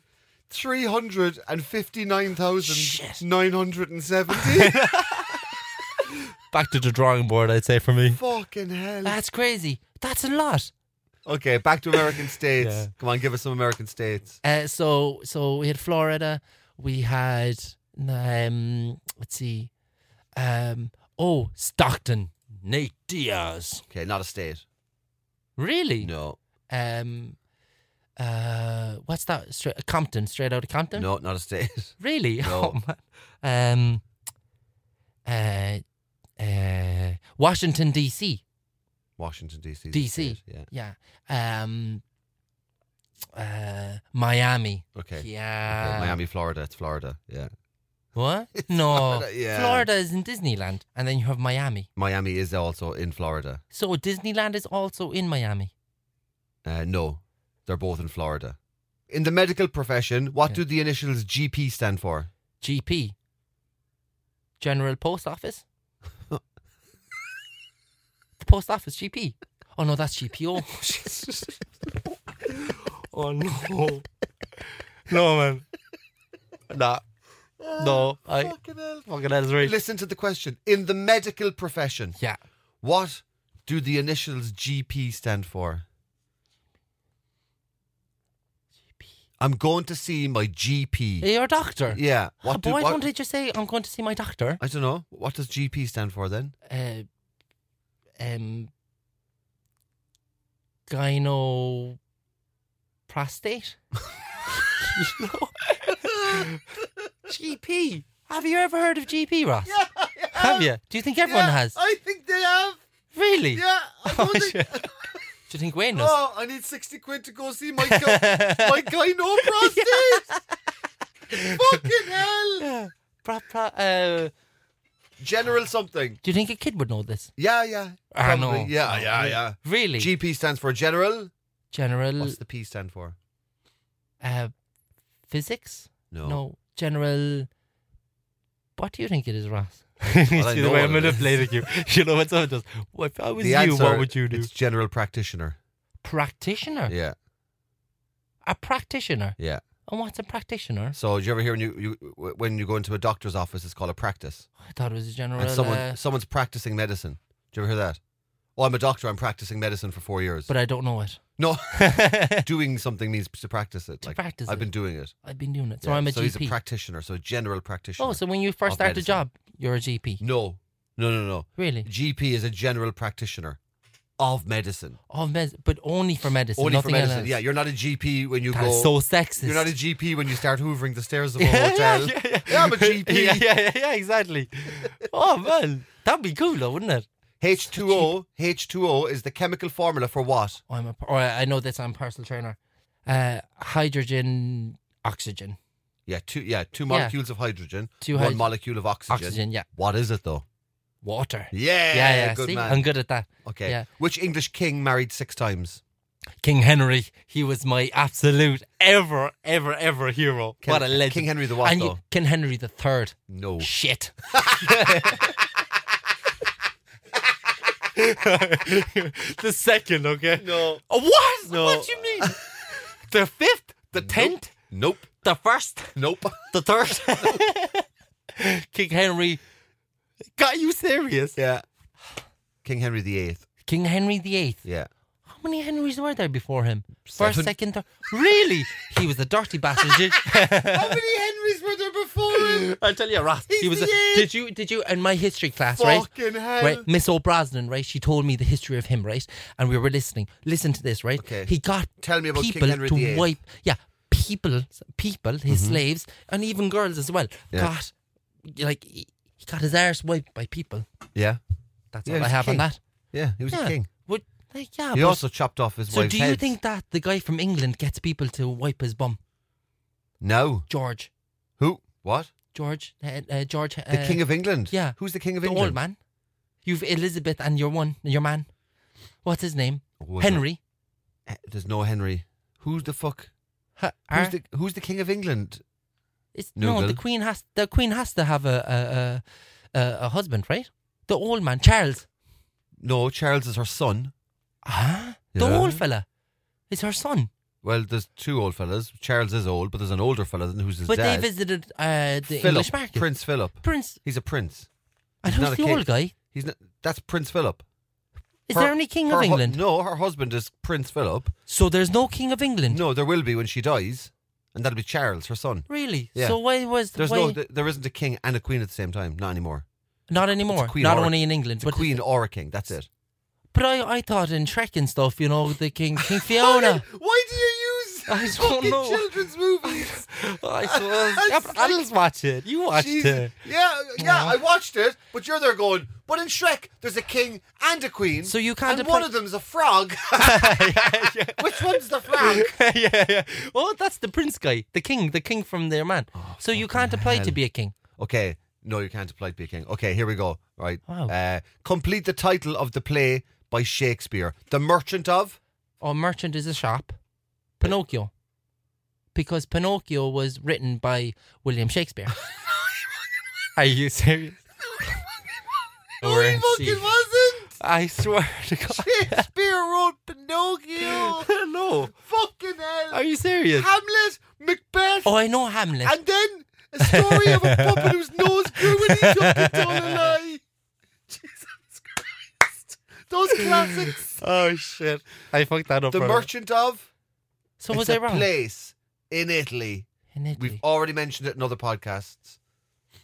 A: three hundred and fifty nine thousand nine hundred and seventy.
C: Back to the drawing board, I'd say for me.
A: Fucking hell!
C: That's crazy. That's a lot.
A: Okay, back to American states.
C: Yeah.
A: Come on, give us some American states.
C: Uh, so so we had Florida. We had um let's see. Um oh Stockton. Nate Diaz.
A: Okay, not a state.
C: Really?
A: No.
C: Um uh, what's that? Straight, Compton, straight out of Compton.
A: No, not a state.
C: Really?
A: No.
C: Oh man. Um. Uh. Uh. Washington D.C.
A: Washington D.C. 's a
C: DC.
A: state, Yeah.
C: Yeah. Um. Uh. Miami.
A: Okay.
C: Yeah.
A: Okay, Miami, Florida. It's Florida. Yeah.
C: What? No.
A: Florida, yeah.
C: Florida is in Disneyland, and then you have Miami.
A: Miami is also in Florida.
C: So Disneyland is also in Miami.
A: Uh, no, they're both in Florida. In the medical profession, what do the initials GP stand for?
C: GP. General Post Office. the Post Office GP. Oh no, that's GPO. oh no. No man. Nah. No. I fucking hell is right.
A: Ah, Listen to the question. In the medical profession,
C: Yeah.
A: what do the initials GP stand for? I'm going to see my GP.
C: You're a doctor.
A: Yeah.
C: Why
A: What do, what,
C: don't they just say I'm going to see my doctor?
A: I don't know. What does GP stand for then?
C: uh, um, gyno prostate. You know? GP. Have you ever heard of GP, Ross? Have you? Do you think everyone has?
A: I think they have.
C: Really?
A: I
C: Oh, shit. Do you think Wayne knows?
A: Oh, I need 60 quid to go see my guy, my gyno prostate. Fucking hell.
C: Yeah. Pro- pro- uh,
A: General something.
C: do you think a kid would know this?
A: Yeah, yeah.
C: Ah,
A: probably.
C: no.
A: Yeah,
C: No,
A: yeah,
C: really.
A: yeah.
C: Really?
A: GP stands for general.
C: General
A: What's the P stand for?
C: uh, physics?
A: No.
C: No, General. What do you think it is, Ross?
A: I
C: See
A: know
C: the way
A: what
C: I'm
A: it is.
C: manipulating you. You know what's up? Just well, if I was
A: The
C: you,
A: answer,
C: what would you do?
A: It's general practitioner.
C: Practitioner.
A: Yeah,
C: A practitioner.
A: yeah.
C: And what's a practitioner?
A: So, do you ever hear when you, you when you go into a doctor's office, it's called a practice,
C: I thought it was a general.
A: and someone
C: uh,
A: someone's practicing medicine. Do you ever hear that? Oh, I'm a doctor. I'm practicing medicine for four years.
C: but I don't know it.
A: no, doing something means to practice it.
C: To
A: Like
C: practice
A: I've
C: it.
A: been doing it.
C: I've been doing it, so
A: Yeah,
C: I'm a
A: so he's
C: GP.
A: a practitioner, so a general practitioner.
C: oh, so when you first
A: of
C: start the
A: medicine.
C: job, you're a GP.
A: no, no, no, no.
C: Really?
A: GP is a general practitioner of medicine,
C: Of mes- but only for medicine.
A: only for
C: nothing
A: medicine.
C: Else.
A: Yeah, you're not a GP when you
C: That
A: go.
C: is so sexist.
A: you're not a GP when you start hoovering the stairs of a
C: yeah,
A: hotel.
C: Yeah, yeah,
A: Yeah, I'm a GP.
C: yeah, yeah, yeah, yeah, exactly. oh man, that'd be cool, though, wouldn't it?
A: H2O, H2O is the chemical formula for what?
C: I'm a, or I know this. I'm a personal trainer. Uh, hydrogen, oxygen,
A: Yeah, two yeah, two molecules of hydrogen,
C: Two
A: one
C: hyd-
A: molecule of oxygen.
C: oxygen. Yeah,
A: What is it though?
C: water.
A: Yeah,
C: yeah, yeah.
A: good
C: See,
A: man.
C: I'm good at that.
A: okay.
C: yeah.
A: Which English king married six times?
C: King Henry, he was my absolute ever, ever, ever hero.
A: Ken-
C: what a legend.
A: King Henry the what,
C: And you-
A: though?
C: King Henry the Third.
A: No.
C: Shit. the second, okay?
A: No.
C: Oh, what?
A: No.
C: What do you mean? the fifth, the tenth,
A: Nope.
C: the first.
A: Nope.
C: The third. King Henry. Got you serious?
A: yeah. King Henry the Eighth.
C: King Henry VIII.
A: Yeah.
C: How many Henrys were there before him? First,
A: Seven.
C: second, third. Really? He was a dirty bastard. Did-
A: How many Henrys were there before him?
C: I'll tell you, Ross. he
A: He's
C: was. A,
A: the eighth.
C: did you? Did you? In my history class, right?
A: Fucking hell.
C: Right, Miss O'Brasnan, right? She told me the history of him, right? And we were listening. Listen to this, right?
A: Okay.
C: He got
A: Tell me about King
C: people
A: Henry
C: to
A: VIII.
C: wipe. Yeah, people, people, his slaves, and even girls as well.
A: Yeah.
C: Got like he he got his arse wiped by people.
A: Yeah.
C: That's
A: Yeah,
C: all
A: he's
C: I
A: a
C: have on
A: king.
C: that.
A: Yeah, he was
C: yeah.
A: a king.
C: Would like, yeah.
A: He
C: but-
A: also chopped off his
C: so
A: wife's
C: do you
A: heads.
C: think that the guy from England gets people to wipe his bum?
A: No.
C: George,
A: Who? What?
C: George, uh, uh, George, uh,
A: The King of England?
C: yeah.
A: Who's the King of
C: the
A: England?
C: old man. You've Elizabeth and your one, your man. What's his name?
A: Who is it?
C: Henry.
A: Eh, There's no Henry. Who's the fuck?
C: Ha-
A: Who's
C: are-
A: the, who's the King of England?
C: It's no,
A: Noodle.
C: the queen has the queen has to have a a, a a a husband, right? The old man, Charles.
A: No, Charles is her son.
C: Ah, the
A: Yeah.
C: old fella is her son.
A: Well, there's two old fellas. Charles is old, but there's an older fella than- who's his
C: But they
A: dad.
C: visited uh, the
A: Philip,
C: English market.
A: Prince Philip.
C: Prince.
A: He's a prince.
C: And
A: He's
C: who's
A: not a
C: the
A: king.
C: old guy?
A: He's not, that's Prince Philip.
C: Is
A: Her-
C: there any king
A: her
C: of
A: hu-
C: England?
A: no, her husband is Prince Philip.
C: So there's no king of England.
A: No, there will be when she dies, and that'll be Charles, her son.
C: Really?
A: Yeah.
C: So why was
A: There's
C: why,
A: no, th- there isn't a king and a queen at the same time. Not anymore.
C: not anymore?
A: queen
C: Not
A: or-
C: only in England,
A: It's a
C: but
A: queen or a king. That's it.
C: but I, I thought in Trek and stuff, you know, the king King Fiona.
A: Why do you use
C: I just don't
A: Fucking
C: know.
A: children's movies.
C: I suppose. Yeah, but adults watch it. You watched
A: Jesus.
C: it.
A: Yeah, yeah, I watched it, but you're there going, but in Shrek, there's a king and a queen.
C: So you can't
A: And
C: apply-
A: one of them's a frog. Which one's the frog?
C: yeah, yeah. Well, that's the prince guy, the king, the king from their man.
A: Oh,
C: so you can't apply to be a king.
A: Okay, no, you can't apply to be a king. Okay, here we go. Right.
C: Wow.
A: Uh, complete the title of the play by Shakespeare. The Merchant of.
C: Or merchant is a shop. Pinocchio. Because Pinocchio was written by William Shakespeare. Are you serious?
A: No, Oh, he
C: Or
A: fucking
C: she-
A: wasn't.
C: I swear to God.
A: Shakespeare wrote Pinocchio.
C: no.
A: fucking hell.
C: Are you serious?
A: Hamlet, Macbeth,
C: Oh, I know Hamlet.
A: and then a story of a puppet whose nose grew when he took the toll lie. Jesus Christ. Those classics.
C: oh shit! I fucked that up.
A: The
C: brother.
A: Merchant of.
C: So was
A: it's
C: I
A: a
C: wrong?
A: place in Italy.
C: In Italy.
A: We've already mentioned it in other podcasts.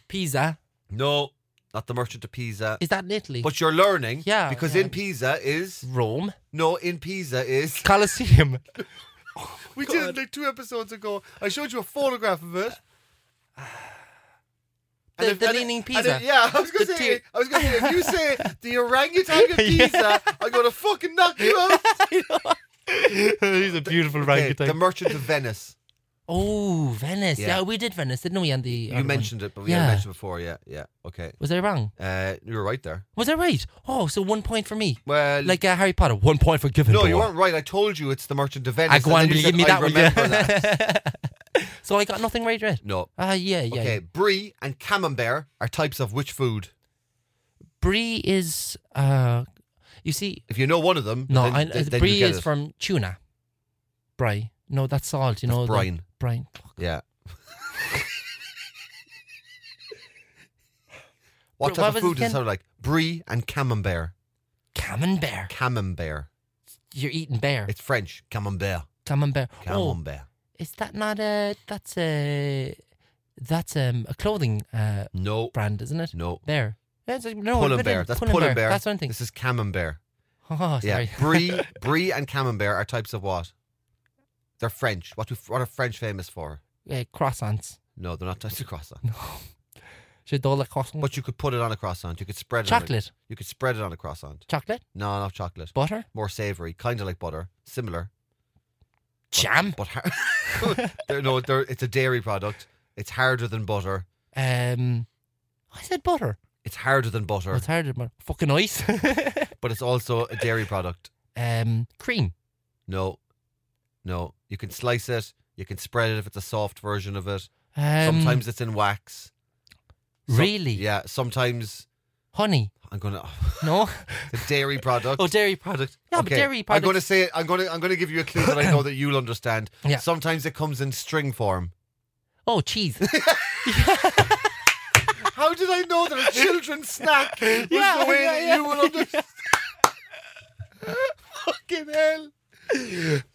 C: Pisa
A: No, not the Merchant of Pisa.
C: is that in Italy?
A: But you're learning,
C: Yeah,
A: Because
C: yeah.
A: in Pisa is
C: Rome
A: no, in Pisa is.
C: Colosseum.
A: We did it like two episodes ago. I showed you a photograph of it.
C: The- the leaning
A: and
C: Pisa.
A: if- yeah, I was gonna
C: The
A: say,
C: tear-
A: I was gonna say, if you say the orangutan of
C: Yeah.
A: Pisa, I'm gonna fucking knock you out.
C: He's a beautiful
A: Okay, the Merchant of Venice.
C: oh, Venice.
A: Yeah.
C: Yeah. we did Venice, didn't we? On the
A: You
C: other one?
A: mentioned it, but we haven't
C: Yeah.
A: mentioned it before. Yeah, yeah, okay.
C: Was I wrong?
A: Uh, you were right there.
C: Was I right? Oh, so one point for me.
A: Well,
C: Like uh, Harry Potter, one point for Gryffindor.
A: no, you weren't right. I told you it's the Merchant of Venice.
C: Ah, go
A: and then
C: on, will
A: you
C: you give
A: said,
C: me
A: "I
C: that? Will you?
A: remember that.
C: so I got nothing right, right?
A: No.
C: Ah, yeah, yeah.
A: Okay, brie and camembert are types of which food?
C: Brie is. uh You see,
A: If you know one of them,
C: no,
A: then,
C: I, uh,
A: then you
C: Brie
A: get
C: is
A: it.
C: from tuna. Brie. No, that's salt. You know, the-
A: brine.
C: Brine.
A: Yeah. what
C: Bro,
A: type
C: what
A: of
C: was
A: food
C: it
A: does it sound like? Brie and camembert.
C: Camembert.
A: Camembert.
C: You're eating bear.
A: It's French. Camembert.
C: Camembert. Oh,
A: Camembert.
C: is that not a? That's a. That's um, a clothing uh,
A: No.
C: brand, isn't it?
A: No.
C: Bear. That's like, no,
A: Pull
C: I
A: and
C: didn't-
A: bear. That's
C: Pull and
A: pull and
C: Bear.
A: bear.
C: That's one thing.
A: This is camembert.
C: Oh, sorry.
A: Yeah. Brie, brie and camembert are types of what? They're French. What, do, what are French famous for?
C: Uh, croissants.
A: No, they're not types of croissant.
C: Je dois le croissant.
A: But you could put it on a croissant. You could spread it. On
C: Chocolate.
A: a, you could spread it on a croissant.
C: Chocolate.
A: No, not chocolate.
C: Butter.
A: More savoury, kind of like butter, similar,
C: Jam.
A: but har- They're- no, they're, it's a dairy product. It's harder than butter.
C: Um, I said butter.
A: It's harder than butter,
C: It's harder, but fucking ice.
A: but it's also a dairy product.
C: um, cream.
A: No, no, you can slice it. You can spread it if it's a soft version of it.
C: Um,
A: sometimes it's in wax. Some-
C: Really?
A: Yeah. Sometimes
C: Honey.
A: I'm gonna
C: No.
A: the dairy product.
C: oh, dairy product. Yeah, but
A: Okay,
C: dairy
A: I'm
C: product.
A: going to say it. I'm going to. I'm going to give you a clue that I know that you'll understand.
C: Yeah.
A: Sometimes it comes in string form.
C: Oh, cheese.
A: How did I know that a children's snack was
C: Yeah,
A: the way
C: yeah,
A: that
C: yeah.
A: you would understand? Fucking hell.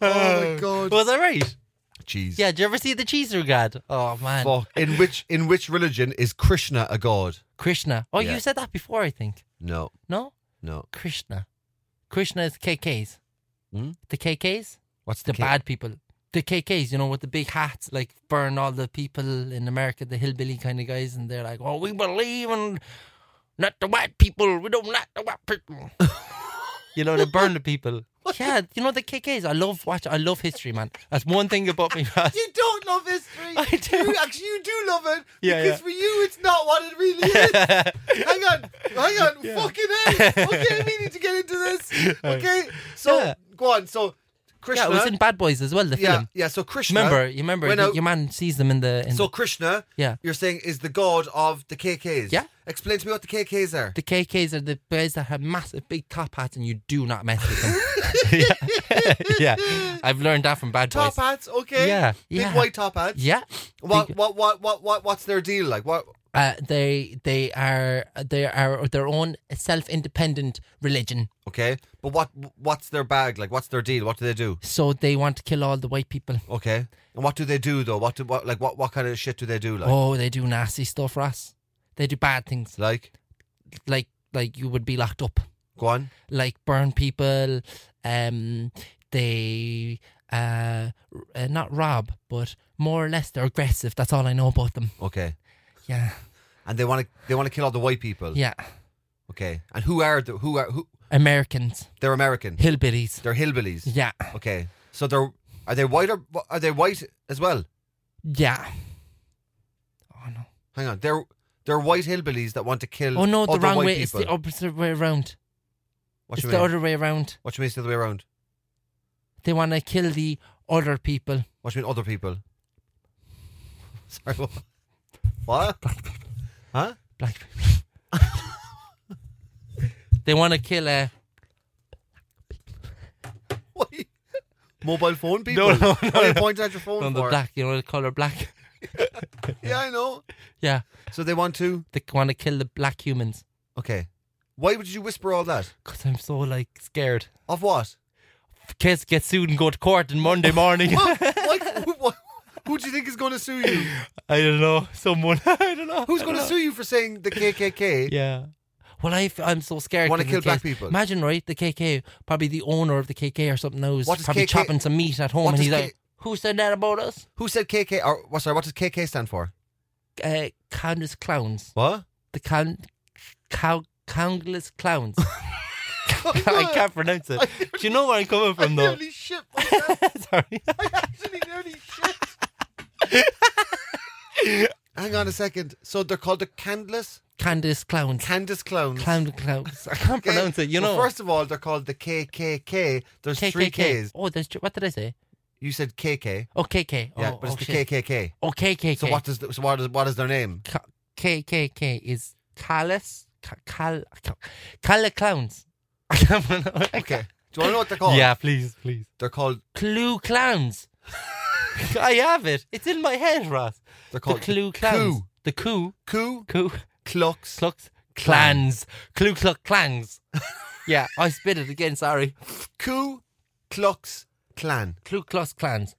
A: Oh my god.
C: Was I right?
A: Jeez.
C: Yeah. Did you ever see the cheese regard? Oh man.
A: Fuck. In which in which religion is Krishna a god?
C: Krishna. Oh,
A: Yeah.
C: you said that before, I think.
A: No,
C: No.
A: no.
C: Krishna. Krishna is KKs.
A: Hmm?
C: The KKs.
A: What's
C: the
A: K-
C: bad people. The KKs, you know, with the big hats, like burn all the people in America, the hillbilly kind of guys, and they're like, "Oh, we believe in not the white people. We don't like the white people." you know, they burn the people. Yeah, you know the KKs. I love watch. I love history, man. That's one thing about me. Ross.
A: You don't love history.
C: I do.
A: You actually you do love it
C: Yeah,
A: because
C: yeah.
A: for you it's not what it really is. hang on, hang on, fucking hell. Okay, we need to get into this. Okay, so
C: Yeah.
A: go on. So
C: yeah,
A: Krishna.
C: it was in Bad Boys as well. The
A: yeah,
C: film.
A: yeah, So Krishna.
C: Remember, you remember
A: When
C: the-
A: out-
C: your man sees them in the in
A: So
C: the,
A: Krishna,
C: yeah.
A: you're saying is the god of the KKs.
C: Yeah.
A: Explain to me what the KKs are.
C: The KKs are the guys that have massive big top hats, and you do not mess with them. yeah. yeah, I've learned that from Bad
A: top
C: Boys.
A: hats, okay.
C: Yeah,
A: Big
C: yeah.
A: white top hats.
C: Yeah,
A: What,
C: Big-
A: what what what what what's their deal like? What
C: uh, they they are they are their own self independent religion.
A: okay. But what what's their bag like? What's their deal? What do they do?
C: So they want to kill all the white people.
A: Okay. And what do they do though? What do what like what, what kind of shit do they do like?
C: Oh, they do nasty stuff, Ross. They do bad things,
A: Like
C: like like you would be locked up,
A: go on.
C: like burn people, um, they uh, r- uh not rob, but more or less they're aggressive. That's all I know about them.
A: Okay.
C: Yeah,
A: And they want to they want to kill all the white people.
C: yeah.
A: Okay. And who are the who are who?
C: Americans,
A: They're American.
C: hillbillies.
A: They're hillbillies.
C: Yeah,
A: Okay. So they're are they white or are they white as well?
C: yeah. Oh no!
A: Hang on. They're they're white hillbillies that want to kill.
C: Oh no! The
A: other
C: wrong
A: white
C: way. It's
A: People.
C: the opposite way around.
A: what
C: it's
A: you
C: the
A: mean?
C: other way around.
A: what you mean? It's the other way around.
C: They want to kill the other people.
A: What you mean? Other people. Sorry. What? what? Huh?
C: Black people. they want to kill uh,
A: Why? Mobile phone people.
C: no, no.
A: What are you pointing at your phone
C: on the
A: for?
C: black. You know the color black.
A: Yeah, I know.
C: Yeah,
A: So they want to.
C: they want to kill the black humans.
A: Okay. Why would you whisper all that?
C: Cause I'm so like scared.
A: Of what?
C: Kids get sued and go to court on Monday morning.
A: What? Why- who, who- who do you think is going to sue you?
C: I don't know. Someone. I don't know.
A: Who's going to sue you for saying the KKK?
C: Yeah. Well, I, am so scared.
A: Wanna
C: 'cause
A: kill
C: the
A: black
C: KK
A: people?
C: Imagine, right? The KK, probably the owner of the KK or something, now is
A: What does
C: probably
A: KK
C: chopping some meat at home,
A: What
C: and
A: does
C: he's
A: K-
C: like, "Who said that about us?
A: Who said KK? Or what? Sorry, what does KK stand for?
C: Uh, countless clowns.
A: What?
C: The cow, cow, countless clowns. I can't pronounce it. Do you know where I'm coming from, though?
A: Holy shit! myself.
C: Sorry.
A: I actually nearly shit. Hang on a second. So they're called the Candless
C: Candice clowns.
A: Candace Clowns.
C: Clown clowns. I can't
A: Okay?
C: pronounce it. You
A: Well,
C: know.
A: first of all, they're called the KKK. There's three
C: KKK.
A: Ks.
C: Oh, there's what did I say?
A: You said KK.
C: Oh, KK.
A: Yeah,
C: oh,
A: but it's the
C: oh, shit.
A: KKK.
C: Oh, KKK.
A: So what does the, so what is what is their name?
C: Ca- KKK is callous, ca- cal, cal, calla clowns. I can't pronounce it.
A: Okay. Do you want to know what they're called?
C: Yeah, please, please.
A: They're called
C: Oh. Clue clowns. I have it. It's in my head, Ross.
A: they're
C: The
A: called
C: clue clowns. The coup,
A: Coup,
C: coup,
A: Clux,
C: clucks, clans, clue cluck clangs. yeah, I spit it again. Sorry.
A: Coup, Clux, Clan.
C: Clue clucks clans.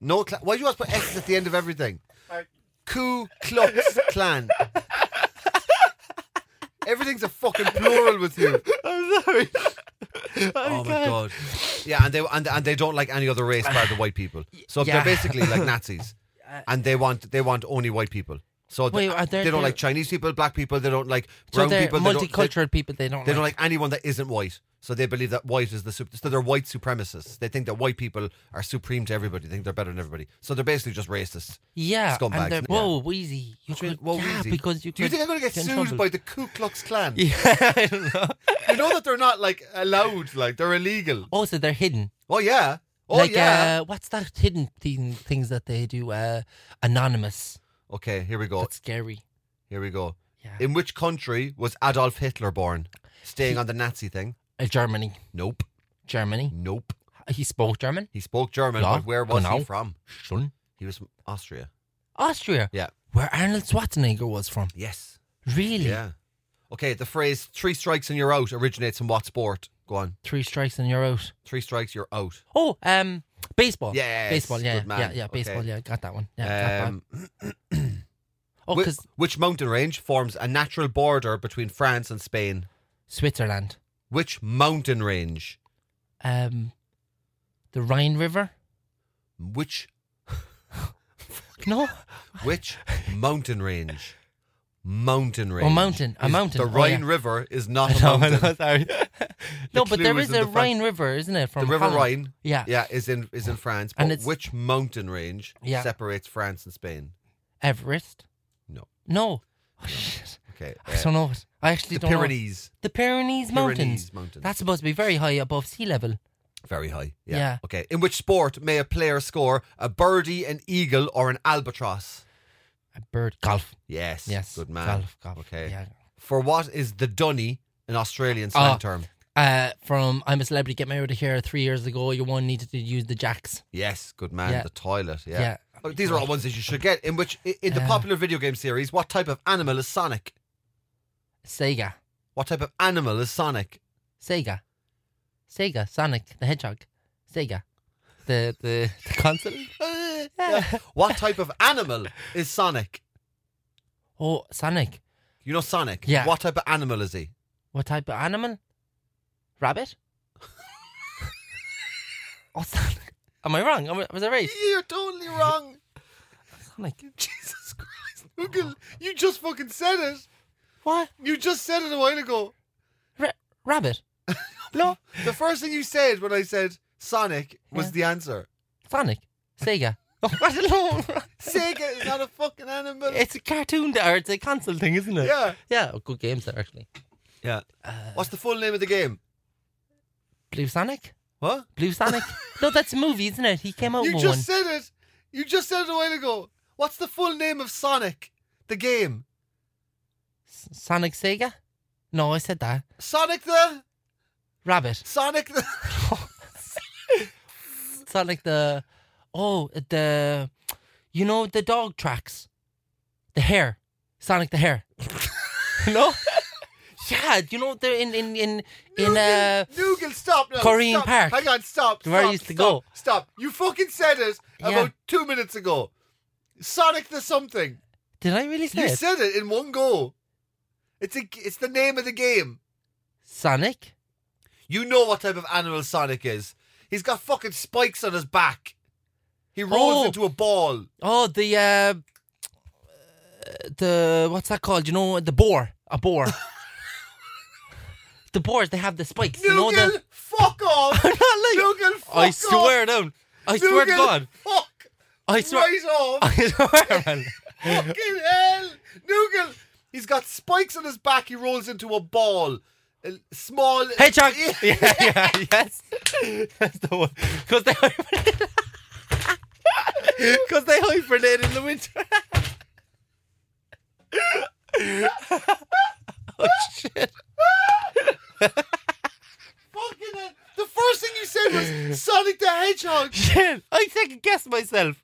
A: No, cla- why do you always put X's at the end of everything? Ku Klux Klan. Everything's a fucking plural with you.
C: I'm sorry.
A: Oh my god. Yeah, and they and, and they don't like any other race but the white people. So
C: Yeah. Uh,
A: they're basically like Nazis, and they want they want only white people. So
C: Wait,
A: they,
C: are there-
A: they don't
C: there-
A: like Chinese people, black people. They don't like
C: So
A: brown
C: they're
A: people. They don't-
C: multicultural people. They don't.
A: They, they don't like anyone that isn't white. So they believe that white is the super, so they're white supremacists. They think that white people are supreme to everybody. They think they're better than everybody. So th're basically just racist.
C: Yeah,
A: scumbags,
C: and they're,
A: yeah.
C: whoa, Wheezy. You could,
A: Well,
C: yeah,
A: Weezy,
C: because you
A: do you
C: could
A: think I'm going to get
C: in
A: sued
C: trouble.
A: by the Ku Klux Klan?
C: Yeah, I don't know.
A: You know that they're not like allowed, like they're illegal.
C: Also, they're hidden.
A: Oh yeah, oh
C: like,
A: yeah.
C: uh, what's that hidden thing, things that they do? Uh, anonymous.
A: okay, here we go.
C: uh, That's scary.
A: Here we go.
C: Yeah.
A: In which country was Adolf Hitler born? Staying on the Nazi thing.
C: Uh, Germany.
A: Nope,
C: Germany. Uh,
A: nope.
C: He spoke German.
A: He spoke German,
C: Ja,
A: but where was
C: genau.
A: he from?
C: Schon.
A: He was from Austria.
C: Austria.
A: Yeah.
C: Where Arnold Schwarzenegger was from.
A: Yes.
C: Really?
A: Yeah. Okay, the phrase three strikes and you're out originates from what sport? Go on.
C: Three strikes and you're out.
A: Three strikes, you're out.
C: Oh, um, baseball.
A: Yes,
C: Baseball. Yeah.
A: good man.
C: Yeah. Yeah. Baseball.
A: Okay.
C: Yeah. Got that one. Yeah.
A: Um,
C: got that. Oh,
A: Whi-
C: because
A: which mountain range forms a natural border between France and Spain?
C: Switzerland.
A: Which mountain range?
C: Um, the Rhine River.
A: Which
C: No.
A: which mountain range? Mountain range.
C: Or mountain. A
A: Is-
C: mountain.
A: The
C: Oh,
A: Rhine
C: yeah.
A: River is not a
C: No,
A: mountain.
C: no, sorry. no, but
A: Oh, clue
C: there
A: is in
C: is a
A: the fact-
C: Rhine River, isn't
A: The
C: it? From
A: River
C: Holland?
A: Rhine,
C: Yeah.
A: yeah, is in is in France. But
C: And it's-
A: which mountain range
C: Yeah.
A: separates France and Spain?
C: Everest.
A: No.
C: No. Oh, shit.
A: Okay,
C: I don't know it. I actually
A: the
C: don't know.
A: Pyrenees.
C: The Pyrenees Mountains.
A: Pyrenees Mountains.
C: That's supposed to be very high above sea level.
A: Very high. Yeah.
C: Yeah.
A: Okay. In which sport may a player score a birdie, an eagle, or an albatross?
C: A bird. Golf.
A: Yes.
C: Yes.
A: Good man.
C: Golf, golf.
A: Okay.
C: Yeah.
A: For what is the dunny an Australian slang
C: Oh.
A: term?
C: Uh, from I'm a Celebrity, Get Married Here three years ago, your one needed to use the jacks.
A: Yes. Good man.
C: Yeah.
A: The toilet. Yeah.
C: Yeah.
A: Oh, these are all ones that you should get. In which, i- in the
C: Yeah.
A: popular video game series, what type of animal is Sonic?
C: Sega.
A: What type of animal is Sonic?
C: Sega. Sega. Sonic the Hedgehog. Sega. The the, the console.
A: Yeah. What type of animal is Sonic?
C: Oh, Sonic.
A: You know Sonic.
C: Yeah.
A: What type of animal is he?
C: What type of animal? Rabbit? What's that? Am I wrong? Am I- Was I right?
A: You're totally wrong.
C: I'm like,
A: Jesus Christ, Google, you just fucking said it.
C: what?
A: You just said it a while ago.
C: Ra- rabbit? no.
A: The first thing you said when I said Sonic was
C: Yeah.
A: the answer.
C: Sonic? Sega? Oh, I don't know.
A: Sega is not a fucking animal.
C: It's a cartoon, th- or it's a console thing, isn't it?
A: yeah.
C: Yeah, oh, good games there, actually. Uh,
A: Yeah. What's the full name of the game?
C: Blue Sonic?
A: What?
C: Blue Sonic? no, that's a movie, isn't it? He came out
A: You
C: with
A: just said it. You just said it a while ago. What's the full name of Sonic? The game.
C: one. S- Sonic Sega? No, I said that.
A: Sonic the
C: Rabbit.
A: Sonic the
C: Sonic the. Oh, the. You know, the dog tracks. The hair. Sonic the hair. no? yeah, you know, they're in. in, in, in uh,
A: Nugel, stop now.
C: Korean
A: stop.
C: Park.
A: Hang on, stop.
C: Where I
A: stop,
C: used to
A: stop,
C: go.
A: Stop. You fucking said it
C: Yeah.
A: about two minutes ago. Sonic the something.
C: did I really say
A: You
C: it?
A: said it in one go. It's a, it's the name of the game.
C: Sonic?
A: You know what type of animal Sonic is. He's got fucking spikes on his back. He rolls
C: Oh.
A: into a ball.
C: Oh, the uh, the what's that called? You know, the boar, a boar. the boars they have the spikes. You know
A: Nugel,
C: the.
A: fuck off.
C: I'm not like.
A: Nugel, fuck
C: I swear down. I
A: off.
C: swear to
A: Nugel,
C: God.
A: Fuck.
C: I swear.
A: Right off.
C: I swear, man.
A: fucking hell. Nugel, he's got spikes on his back. He rolls into a ball. A small.
C: Hedgehog. Yeah, yeah, yes. That's the one. Because they hibernate. Because they hibernate in the winter. oh shit.
A: Fucking hell. The first thing you said was Sonic the Hedgehog.
C: Shit. I second guessed myself.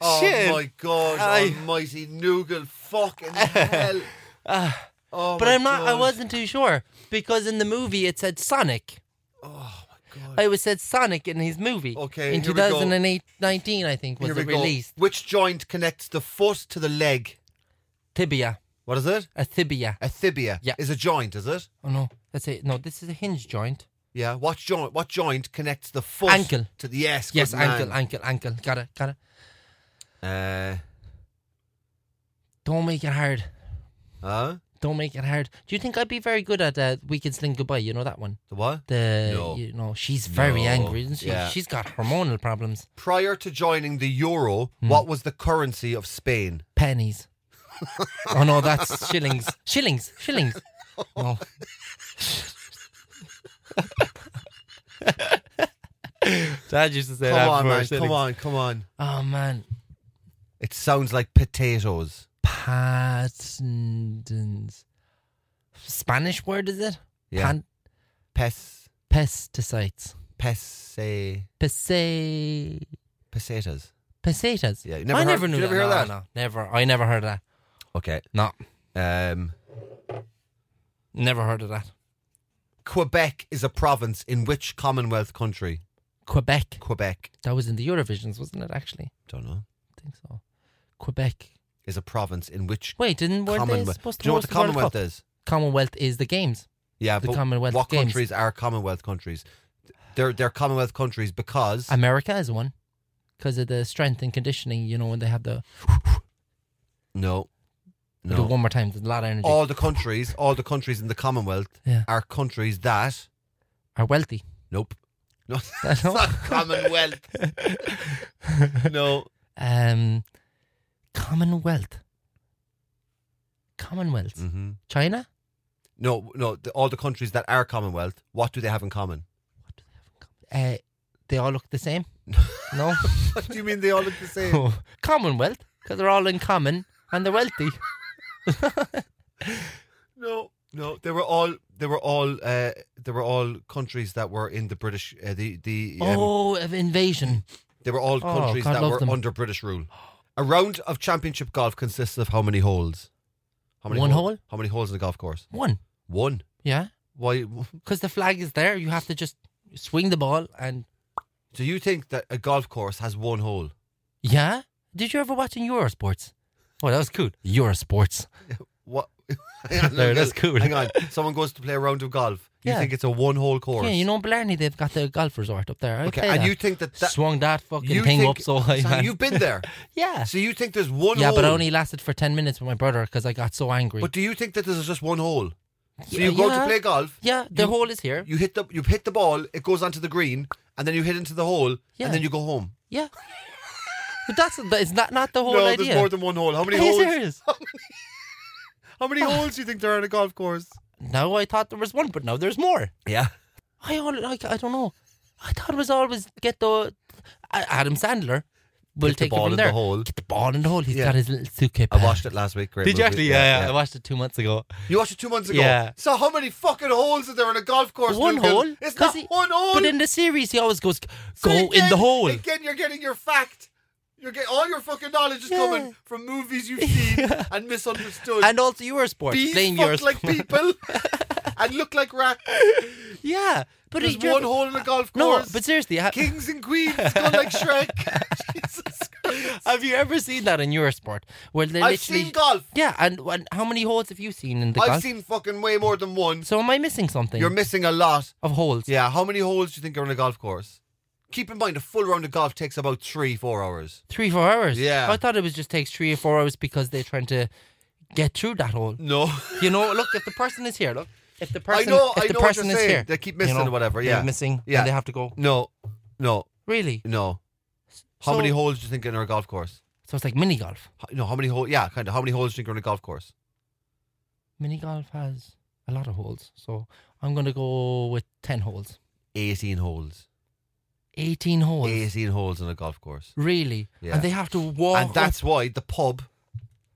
A: Oh
C: Shit.
A: my God,
C: I-
A: almighty Nugel, fucking hell. oh
C: Ah. But
A: my
C: I'm not. I
A: God.
C: wasn't too sure because in the movie it said Sonic.
A: Oh my God.
C: I was said Sonic in his movie.
A: Okay,
C: In
A: here we go.
C: 2019, I think was
A: Here
C: it
A: we go.
C: released.
A: Which joint connects the foot to the leg?
C: Tibia,
A: What is it?
C: a tibia.
A: A tibia.
C: Yeah.
A: Is a joint, is it?
C: Oh no, that's it. No, this is a hinge joint.
A: Yeah. What joint? What joint connects the foot
C: Ankle.
A: to the yes?
C: Yes,
A: good
C: ankle,
A: man.
C: ankle, ankle. Got it, got it.
A: Uh,
C: Don't make it hard.
A: huh?
C: Don't make it hard. Do you think I'd be very good at uh, "We Can Sling Goodbye"? You know that one.
A: The what?
C: The
A: No.
C: you know she's very
A: No.
C: angry, isn't she?
A: Yeah.
C: She's got hormonal problems.
A: Prior to joining the euro,
C: Hmm.
A: what was the currency of Spain?
C: pennies. oh no, that's shillings. Shillings. Shillings. No. Dad used to say
A: Come on, man. Come on, come on.
C: Oh man.
A: It sounds like potatoes.
C: Patents. Spanish word is it?
A: Yeah.
C: Pan-
A: Pes,
C: pesticides.
A: pes,
C: Pese.
A: pesetas.
C: Pesetas.
A: Yeah, you never
C: I
A: heard-
C: never
A: did
C: knew
A: you
C: that.
A: ever hear
C: No,
A: that?
C: No, never. I never heard of that.
A: Okay.
C: No,
A: Um,
C: never heard of that.
A: Quebec is a province in which Commonwealth country?
C: Quebec.
A: Quebec.
C: That was in the Eurovisions, wasn't it? Actually,
A: Don't know.
C: I think so. Quebec.
A: Is a province in which
C: Wait, didn't weren't they
A: Commonwealth?
C: supposed to
A: Do you know what
C: host
A: the
C: World
A: Commonwealth
C: Cup?
A: is?
C: Commonwealth is the games.
A: Yeah,
C: The
A: but
C: Commonwealth
A: what
C: Games.
A: countries are Commonwealth countries? They're they're Commonwealth countries because
C: America is one because of the strength and conditioning. You know when they have the
A: no,
C: I'll do it
A: no, Oh.
C: one more time. There's a lot of energy.
A: all the countries, all the countries in the Commonwealth
C: Yeah.
A: are countries that
C: Are wealthy.
A: nope, no, that's
C: know.
A: not Commonwealth. no,
C: Um, Commonwealth. Commonwealth.
A: hmm
C: China.
A: no, no. The, all the countries that are Commonwealth, what do they have in common?
C: What do they have in common? Uh, they all look the same. no.
A: What do you mean they all look the same?
C: Oh, Commonwealth because they're all in common and they're wealthy.
A: No, no. They were all they were all uh, they were all countries that were in the British uh, the the um,
C: oh, of invasion.
A: They were all
C: Oh,
A: countries
C: God
A: that
C: love
A: were
C: them.
A: under British rule. A round of championship golf consists of how many holes? How
C: One
A: hole-
C: hole?
A: How many holes in a golf course?
C: One.
A: One.
C: Yeah.
A: Why?
C: because the flag is there. You have to just swing the ball and
A: Do you think that a golf course has one hole?
C: yeah. Did you ever watch in Eurosports? Oh, that was cool. Eurosports.
A: What? Hang on,
B: There,
A: look,
B: that's cool.
A: Hang on. Someone goes to play a round of golf. You
B: Yeah.
A: think it's a one hole course.
B: Yeah, you know, Blarney, they've got the golf resort up there. I
A: okay,
B: play
A: and
B: that.
A: you think that, that
B: swung that fucking
A: you Oh,
B: thing
A: think,
B: up so high,
A: Sam,
B: man.
A: You've been there.
B: yeah.
A: So you think there's one
B: Yeah,
A: hole.
B: but I only lasted for 10 minutes with my brother because I got so angry.
A: But do you think that there's just one hole? So
B: Yeah,
A: you go
B: yeah.
A: to play golf.
B: yeah, the
A: you-
B: hole is here.
A: You hit the you hit the ball. It goes onto the green, and then you hit into the hole,
B: Yeah.
A: and then you go home.
B: yeah. but that's that is that not the whole
A: no,
B: idea.
A: there's more than one hole. How many
B: Are you
A: holes?
B: serious?
A: How many holes do you think there are in a golf course?
B: No, I thought there was one, but now there's more.
A: Yeah.
B: I all, I, I don't know. I thought it was always get the A- Adam Sandler will
A: Hit the
B: take it
A: ball
B: from
A: in
B: there.
A: the hole.
B: Get the ball in the hole. He's
A: Yeah.
B: got his little suitcase.
A: I watched it last week. Great
B: Did you
A: movie.
B: actually? Yeah, yeah, I watched it two months ago.
A: You watched it two months ago.
B: Yeah.
A: So how many fucking holes is there in a golf course?
B: One
A: Lucan?
B: hole.
A: It's
B: 'Cause
A: not
B: he-
A: one hole.
B: But in the series, he always goes,
A: So
B: "Go in
A: again-
B: the hole."
A: Again, you're getting your fact. You're getting all your fucking knowledge is
B: Yeah.
A: coming from movies you've seen and misunderstood.
B: And also your sports.
A: Bees
B: blame
A: fuck
B: yours.
A: like people and look like rats.
B: yeah, but
A: There's
B: it- you're-
A: one hole in a golf
B: No,
A: course.
B: but seriously, ha-
A: Kings and queens go like Shrek. Jesus Christ.
B: have you ever seen that in your sport where they
A: I've
B: literally?
A: seen golf.
B: yeah, and, and how many holes have you seen in the
A: I've
B: golf?
A: seen fucking way more than one.
B: so am I missing something
A: You're missing a lot.
B: of holes?
A: Yeah, how many holes do you think are in a golf course? Keep in mind, a full round of golf takes about three, four hours.
B: Three, four hours.
A: Yeah.
B: I thought it was just takes three or four hours because they're trying to get through that hole.
A: No.
B: You know, look, if the person is here, look. If the person,
A: know-
B: if
A: I
B: the
A: know what
B: person
A: you're
B: is
A: saying.
B: here,
A: They keep
B: you
A: missing
B: know,
A: or whatever,
B: they're
A: yeah.
B: missing, yeah,
A: Yeah.
B: they have to go.
A: No, no,
B: Really?
A: no. How
B: So-
A: many holes do you think are in a golf course?
B: So it's like mini golf.
A: H- No, how many holes? Yeah, kind of. How many holes do you think are in a golf course?
B: Mini golf has a lot of holes, so I'm gonna go with ten holes,
A: 18 holes.
B: eighteen holes.
A: 18 holes in a golf course.
B: Really?
A: Yeah.
B: And they have to walk.
A: and that's why the pub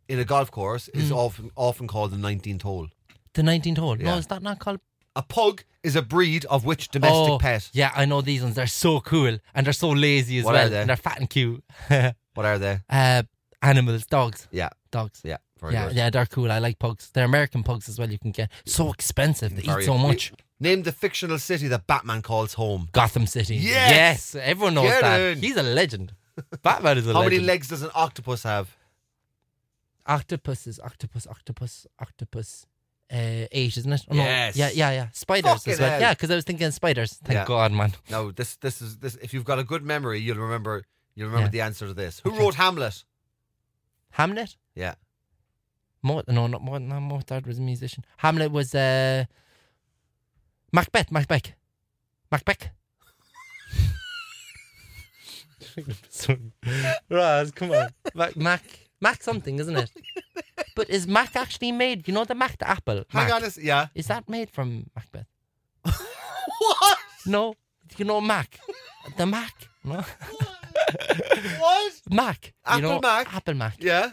A: in a golf course is
B: Hmm.
A: often often called the 19th hole.
B: up the nineteenth hole. No,
A: Yeah.
B: is that not called
A: A pug is a breed of which domestic
B: oh,
A: pet?
B: Yeah, I know these ones. They're so cool and they're so lazy as
A: What
B: well.
A: are they?
B: And they're fat and cute.
A: What are they?
B: uh, animals, dogs,
A: Yeah,
B: dogs.
A: yeah, very
B: Yeah,
A: good.
B: yeah, they're cool. I like pugs. They're American pugs as well. You can get so expensive. They
A: Very-
B: eat so much.
A: Name the fictional city that Batman calls home.
B: Gotham City.
A: Yes!
B: everyone knows
A: Get
B: that.
A: in.
B: He's a legend. Batman is a
A: How
B: legend.
A: many legs does an octopus have?
B: octopus is octopus, octopus, octopus. Uh, eight, isn't it? Oh,
A: Yes.
B: No. Yeah, yeah, yeah. Spiders
A: Fucking
B: as well.
A: hell.
B: Yeah, because I was thinking spiders. Thank
A: Yeah.
B: God, man.
A: No, this this is this. If you've got a good memory, you'll remember you'll remember
B: Yeah.
A: the answer to this. Who wrote Hamlet?
B: Hamlet.
A: Yeah,
B: Mozart, no, not Mozart. No, Mozart was a musician. Hamlet was uh, Macbeth. Macbeth. Macbeth. Raz, come on. Mac, Mac, Mac something, isn't it? But is Mac actually made? You know the Mac, the apple.
A: hang
B: Mac.
A: on, a s- yeah.
B: Is that made from Macbeth?
A: What?
B: No. You know Mac, the Mac. No,
A: What?
B: Mac.
A: Apple
B: you know,
A: Mac?
B: Apple Mac.
A: Yeah.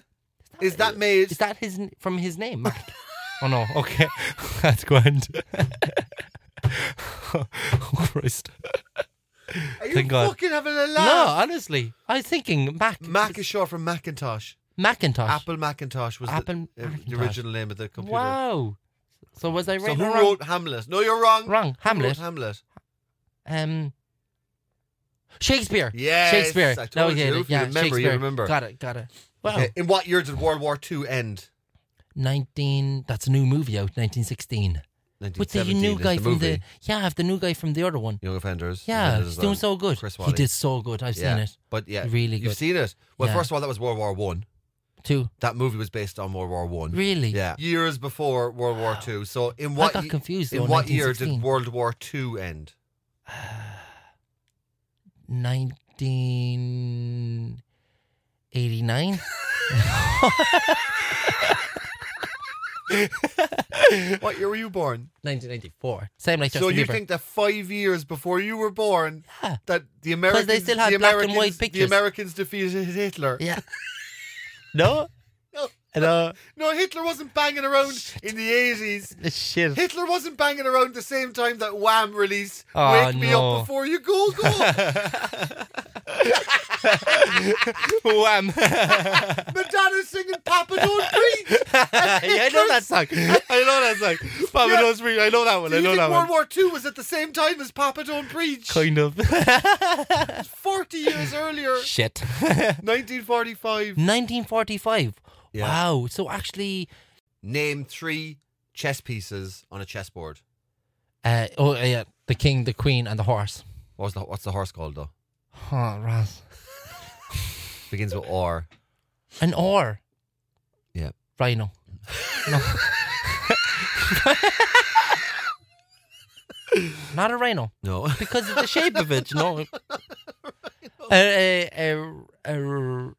A: Is that made?
B: Is that his n- from his name, Mac? oh no, okay, that's grand. oh, Christ.
A: Are you
B: Thank God.
A: fucking having a
B: No,
A: laugh?
B: honestly, I was thinking Mac.
A: Mac is short for Macintosh.
B: Macintosh.
A: Apple Macintosh was
B: Apple
A: the, uh, the
B: Macintosh.
A: original name of the computer.
B: Wow. Oh. So was I right
A: So
B: or
A: who
B: wrong?
A: wrote Hamlet? No, you're wrong.
B: wrong?
A: Who wrote
B: Hamlet.
A: Hamlet.
B: Um. Shakespeare.
A: Yes,
B: Shakespeare.
A: I told
B: okay,
A: you, if you
B: yeah,
A: remember, you
B: Shakespeare.
A: remember.
B: Got it. Got it. Wow.
A: Okay, In what year did World War II end?
B: Nineteen. That's a new movie out. Nineteen sixteen. With the
A: 1917
B: new
A: is
B: guy
A: the
B: from
A: movie.
B: the yeah, have the new guy from the other one.
A: Young Offenders.
B: Yeah,
A: Offenders
B: he's
A: as well.
B: doing so good.
A: Chris
B: he
A: Wally.
B: did so good. I've
A: Yeah,
B: seen it.
A: But yeah,
B: Really
A: you've
B: good.
A: seen it. Well,
B: Yeah.
A: first of all, that was World War One.
B: Too.
A: That movie was based on World War One.
B: Really?
A: Yeah, years before World War Two. So in what?
B: got confused,
A: In
B: though,
A: what year did
B: 1916.
A: World War Two end?
B: 1989.
A: What year were you born?
B: 1994. Same like
A: so
B: Justin
A: you
B: Bieber.
A: think that five years before you were born,
B: Yeah.
A: that the
B: Because
A: Americans,
B: they still had
A: the
B: black and
A: Americans,
B: white
A: the
B: pictures.
A: Americans defeated Hitler.
B: yeah. no. uh,
A: No.
B: No.
A: No, Hitler wasn't banging around in the eighties.
B: Shit.
A: Hitler wasn't banging around the same time that Wham released
B: Oh,
A: "Wake Me
B: no.
A: Up Before You Go Go."
B: Wham.
A: Madonna singing "Papa Don't Preach."
B: I know that song. I know that song. Papa
A: Yeah.
B: knows me. I know that one.
A: Do
B: I
A: you
B: know
A: think
B: that
A: World
B: one.
A: War Two was at the same time as Papa Don't Preach?
B: Kind of.
A: Forty years earlier,
B: Shit.
A: 1945.
B: 1945.
A: Yeah.
B: Wow. So actually,
A: Name three chess pieces on a chessboard.
B: Uh, oh yeah, the king, the queen, and the horse.
A: What's the What's the horse called though?
B: Oh, Raz.
A: Begins with R.
B: An or.
A: Yeah.
B: Rhino. No. Not a rhino
A: No.
B: because of the shape of it. No. A a a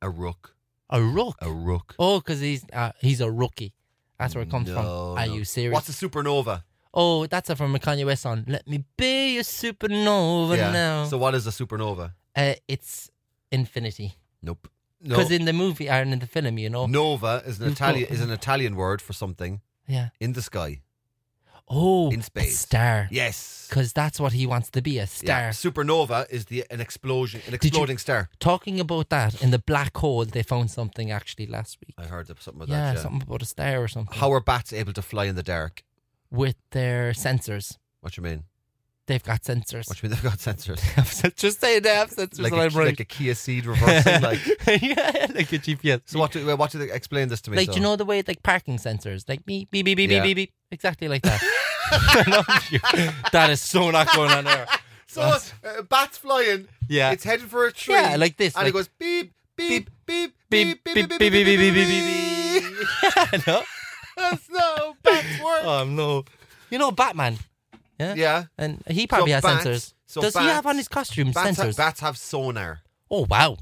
A: a rook.
B: a rook.
A: A rook.
B: Oh, because he's uh, he's a rookie. That's where it comes from.
A: No,
B: Are
A: no.
B: you serious?
A: What's a supernova?
B: Oh, that's a from a Kanye West song. Let me be a supernova now.
A: So what is a supernova?
B: uh, it's infinity.
A: Nope. No. Mm.
B: Because in the movie and in the film, you know.
A: Nova is an
B: You've got-
A: Italian is an Italian word for something
B: Yeah.
A: in the sky.
B: Oh,
A: In
B: a
A: space.
B: star.
A: Yes.
B: Because that's what he wants to be a star.
A: Yeah. Supernova is the an explosion, an
B: you-
A: exploding star.
B: Talking about that, in the black hole, they found something actually last week.
A: I heard something about
B: yeah,
A: that. Yeah.
B: something about a star or something.
A: How are bats able to fly in the dark?
B: With their sensors.
A: What you mean?
B: They've got sensors.
A: What you mean? They've got sensors.
B: Just say they have sensors.
A: like,
B: and
A: a,
B: I'm right.
A: like a Kia Ceed reversing. like,
B: yeah, like a GPS.
A: so what? Do, what do they explain this to me?
B: like
A: so?
B: you know the way like parking sensors, like beep beep beep beep
A: Yeah.
B: beep beep, beep, exactly like that. I love you. That is so not going on air.
A: So uh, bats flying.
B: Yeah.
A: It's headed for a tree.
B: Yeah, like this,
A: And it
B: like-
A: goes beep beep beep beep
B: Beep,
A: beep beep beep beep
B: beep,
A: beep beep
B: beep, beep,
A: beep. beep.
B: no?
A: That's no bats work.
B: Oh no. You know Batman,
A: yeah.
B: and he probably has
A: bats-
B: sensors.
A: so
B: Does he
A: bats-
B: have on his costume
A: Bats
B: sensors?
A: have, bats have sonar.
B: oh wow.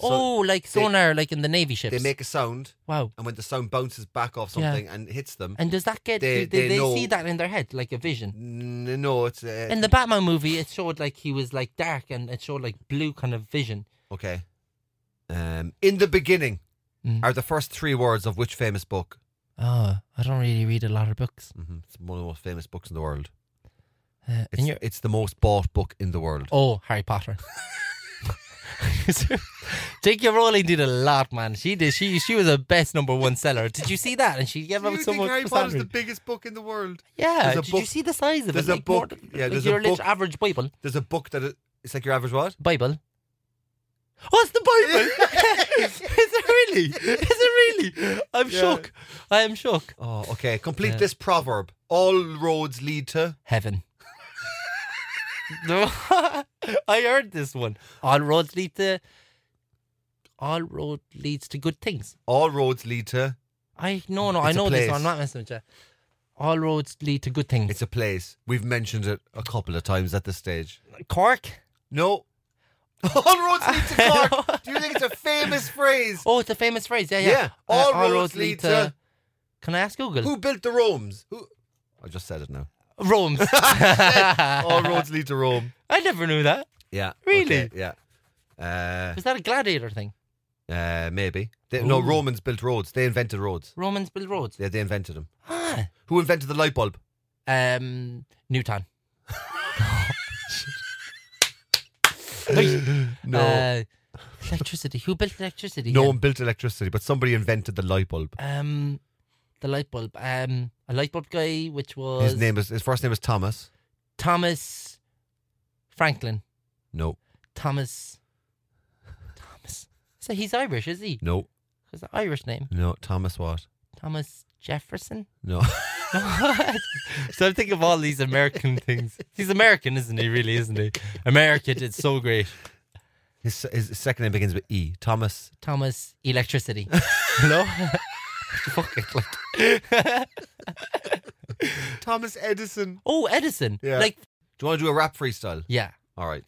A: So
B: oh, like sonar, like in the navy ships.
A: They make a sound,
B: wow.
A: and when the sound bounces back off
B: Yeah.
A: something and hits them,
B: And does that get?
A: They-
B: do they,
A: they
B: they
A: know-
B: see that in their head, like a vision.
A: n- no, it's uh,
B: In the Batman movie, it showed like he was like dark, and it showed like blue kind of vision.
A: okay. Um, in the beginning
B: Mm.
A: are the first three words of which famous book?
B: Oh, I don't really read a lot of books.
A: hmm It's one of the most famous books in the world.
B: Uh,
A: It's, it's the most bought book in the world.
B: Oh, Harry Potter. J.K. Rowling did a lot, man. She did. She she was a best number one seller. Did you see that? And she gave
A: Do
B: out
A: you
B: so
A: think
B: much
A: Harry
B: for
A: Potter's
B: salary.
A: the biggest book in the world?
B: yeah.
A: there's a
B: Did
A: book-
B: you see the size of
A: there's
B: it?
A: a
B: Like more
A: book-
B: than-
A: yeah,
B: like
A: there's a
B: your little
A: book-
B: average Bible.
A: There's a book that it, it's like your average what?
B: Bible. What's the Bible? Is it really? Is it really? I'm
A: Yeah.
B: shook. I am shook.
A: Oh, okay. Complete
B: Yeah.
A: this proverb. All roads lead to.
B: Heaven. No, I heard this one. All roads lead to. All road leads to good things.
A: All roads lead to.
B: I no no I
A: It's a
B: know this.
A: place.
B: I'm not messing with you. All roads lead to good things.
A: It's a place. We've mentioned it a couple of times at this stage.
B: Cork.
A: No. All roads lead to Cork. Do you think it's a famous phrase?
B: Oh, it's a famous phrase. Yeah, yeah.
A: Yeah.
B: Uh,
A: All roads lead to-
B: Can I ask Google?
A: Who built the Rome's? Who? I just said it now.
B: Rome's.
A: All roads lead to Rome.
B: I never knew that.
A: Yeah.
B: Really?
A: okay, Yeah.
B: Was that a gladiator thing?
A: Uh, uh, maybe. They, no,
B: Ooh.
A: Romans built roads. They invented roads.
B: Romans built roads.
A: Yeah, they invented them.
B: Ah.
A: Who invented the light bulb?
B: Um, Newton. Right.
A: No.
B: Uh, electricity. Who built electricity?
A: no
B: Yeah.
A: one built electricity, but somebody invented the light bulb.
B: Um, the light bulb. Um, a light bulb guy, which was
A: His name is his first name is Thomas.
B: Thomas Franklin.
A: No,
B: Thomas. Thomas. So he's Irish, is he?
A: no,
B: It's an Irish name.
A: no. Thomas what?
B: Thomas Jefferson.
A: No.
B: so I think of all these American things. He's American, isn't he? Really, isn't he? America did so great.
A: His, his second name begins with E. Thomas.
B: Thomas Electricity. Hello. Fuck it. Like.
A: Thomas Edison.
B: oh, Edison.
A: Yeah.
B: Like
A: Do you want to do a rap freestyle?
B: yeah.
A: All right.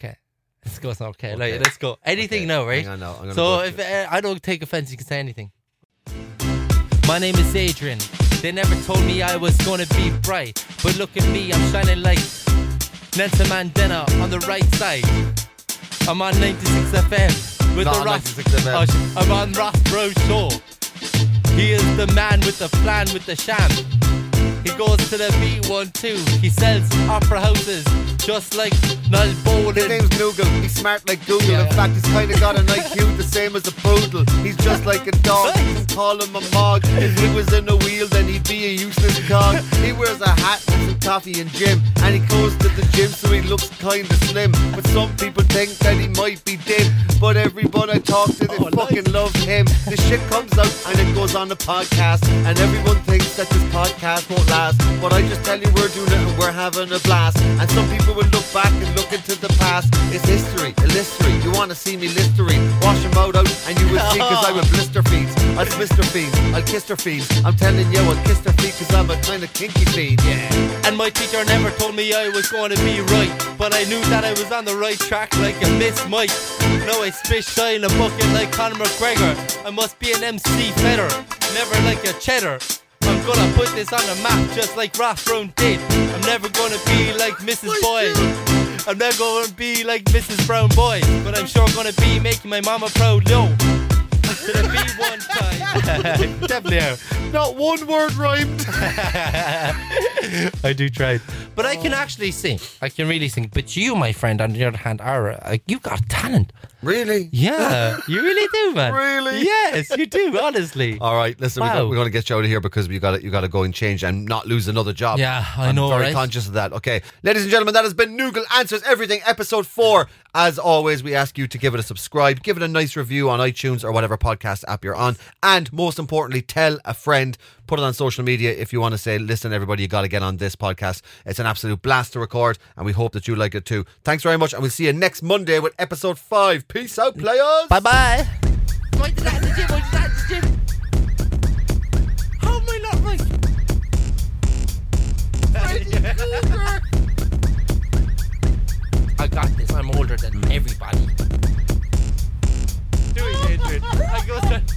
B: Let's go. It's not okay.
A: Okay.
B: Like, let's go. Anything
A: Okay,
B: now, right?
A: Hang on now. I'm gonna
B: So
A: go
B: if
A: to-
B: uh, I don't take offense, you can say anything. My name is Adrian. They never told me I was gonna be bright, but look at me, I'm shining like Nelson Mandela on the right side. I'm on 96 FM with
A: Not
B: the
A: on
B: Ross.
A: 96 FM.
B: Oh, sh- I'm on Ross Bro Show. He is the man with the plan with the sham. He goes to the B12. He sells opera houses just like Noel
A: His
B: Bolan.
A: name's Noogle. He's smart like Google.
B: Yeah,
A: In
B: yeah.
A: fact, he's kind of got an IQ the same as a poodle. He's just like a dog. He's call him a mog. If he was in a wheel, then he'd be a useless cog. He wears a hat and some coffee and gym, and he goes to the gym so he looks kinda slim. But some people think that he might be dim. But everyone I talk to, they fucking love him. The shit comes out and it goes on the podcast, and everyone thinks that this podcast won't last. But I just tell you, we're doing it and we're having a blast. And some people will look back and look into the past. It's history, illusory. You wanna see me listery? Wash them out, out, and you will see 'cause I will blister fiends. I'll miss their fiends. I'll kiss their fiends. I'm telling you, I'll kiss their feet 'cause I'm a kind of kinky fiend.
C: Yeah. And my teacher never told me I was going to be right, but I knew that I was on the right track like a Miss Mike. Now I spit shy in a bucket like Conor McGregor. I must be an MC fetter, never like a cheddar. I'm gonna put this on the map just like Ralph Brown did. I'm never gonna be like Mrs. Boyd. I'm never gonna be like Mrs. Brown Boy, but I'm sure gonna be making my mama proud. No. Did I be one time? Definitely her.
A: Not one word rhymed.
C: I do try. But I can actually sing. I can really sing. But you, my friend, on the other hand, are uh, you got talent?
A: Really?
C: Yeah, you really do, man.
A: Really?
C: Yes, you do. Honestly.
A: All right, listen, we got,
C: Wow.
A: we're going to get you out of here because you got to you got to go and change and not lose another job.
D: Yeah, I
A: I'm
D: know,
A: Very
D: right?
A: conscious of that. Okay, ladies and gentlemen, that has been Noogle Answers Everything, episode four. As always, we ask you to give it a subscribe, give it a nice review on iTunes or whatever podcast app you're on, and most importantly, tell a friend. Put it on social media if you want to say, "Listen, everybody, you got to get on this podcast. It's an absolute blast to record, and we hope that you like it too." Thanks very much, and we'll see you next Monday with episode five. Peace out, players.
D: Bye bye.
C: Why did that at the gym? Why did that at the gym? How am I not right? I got this. I'm older than everybody. Do it, Adrian. I got that.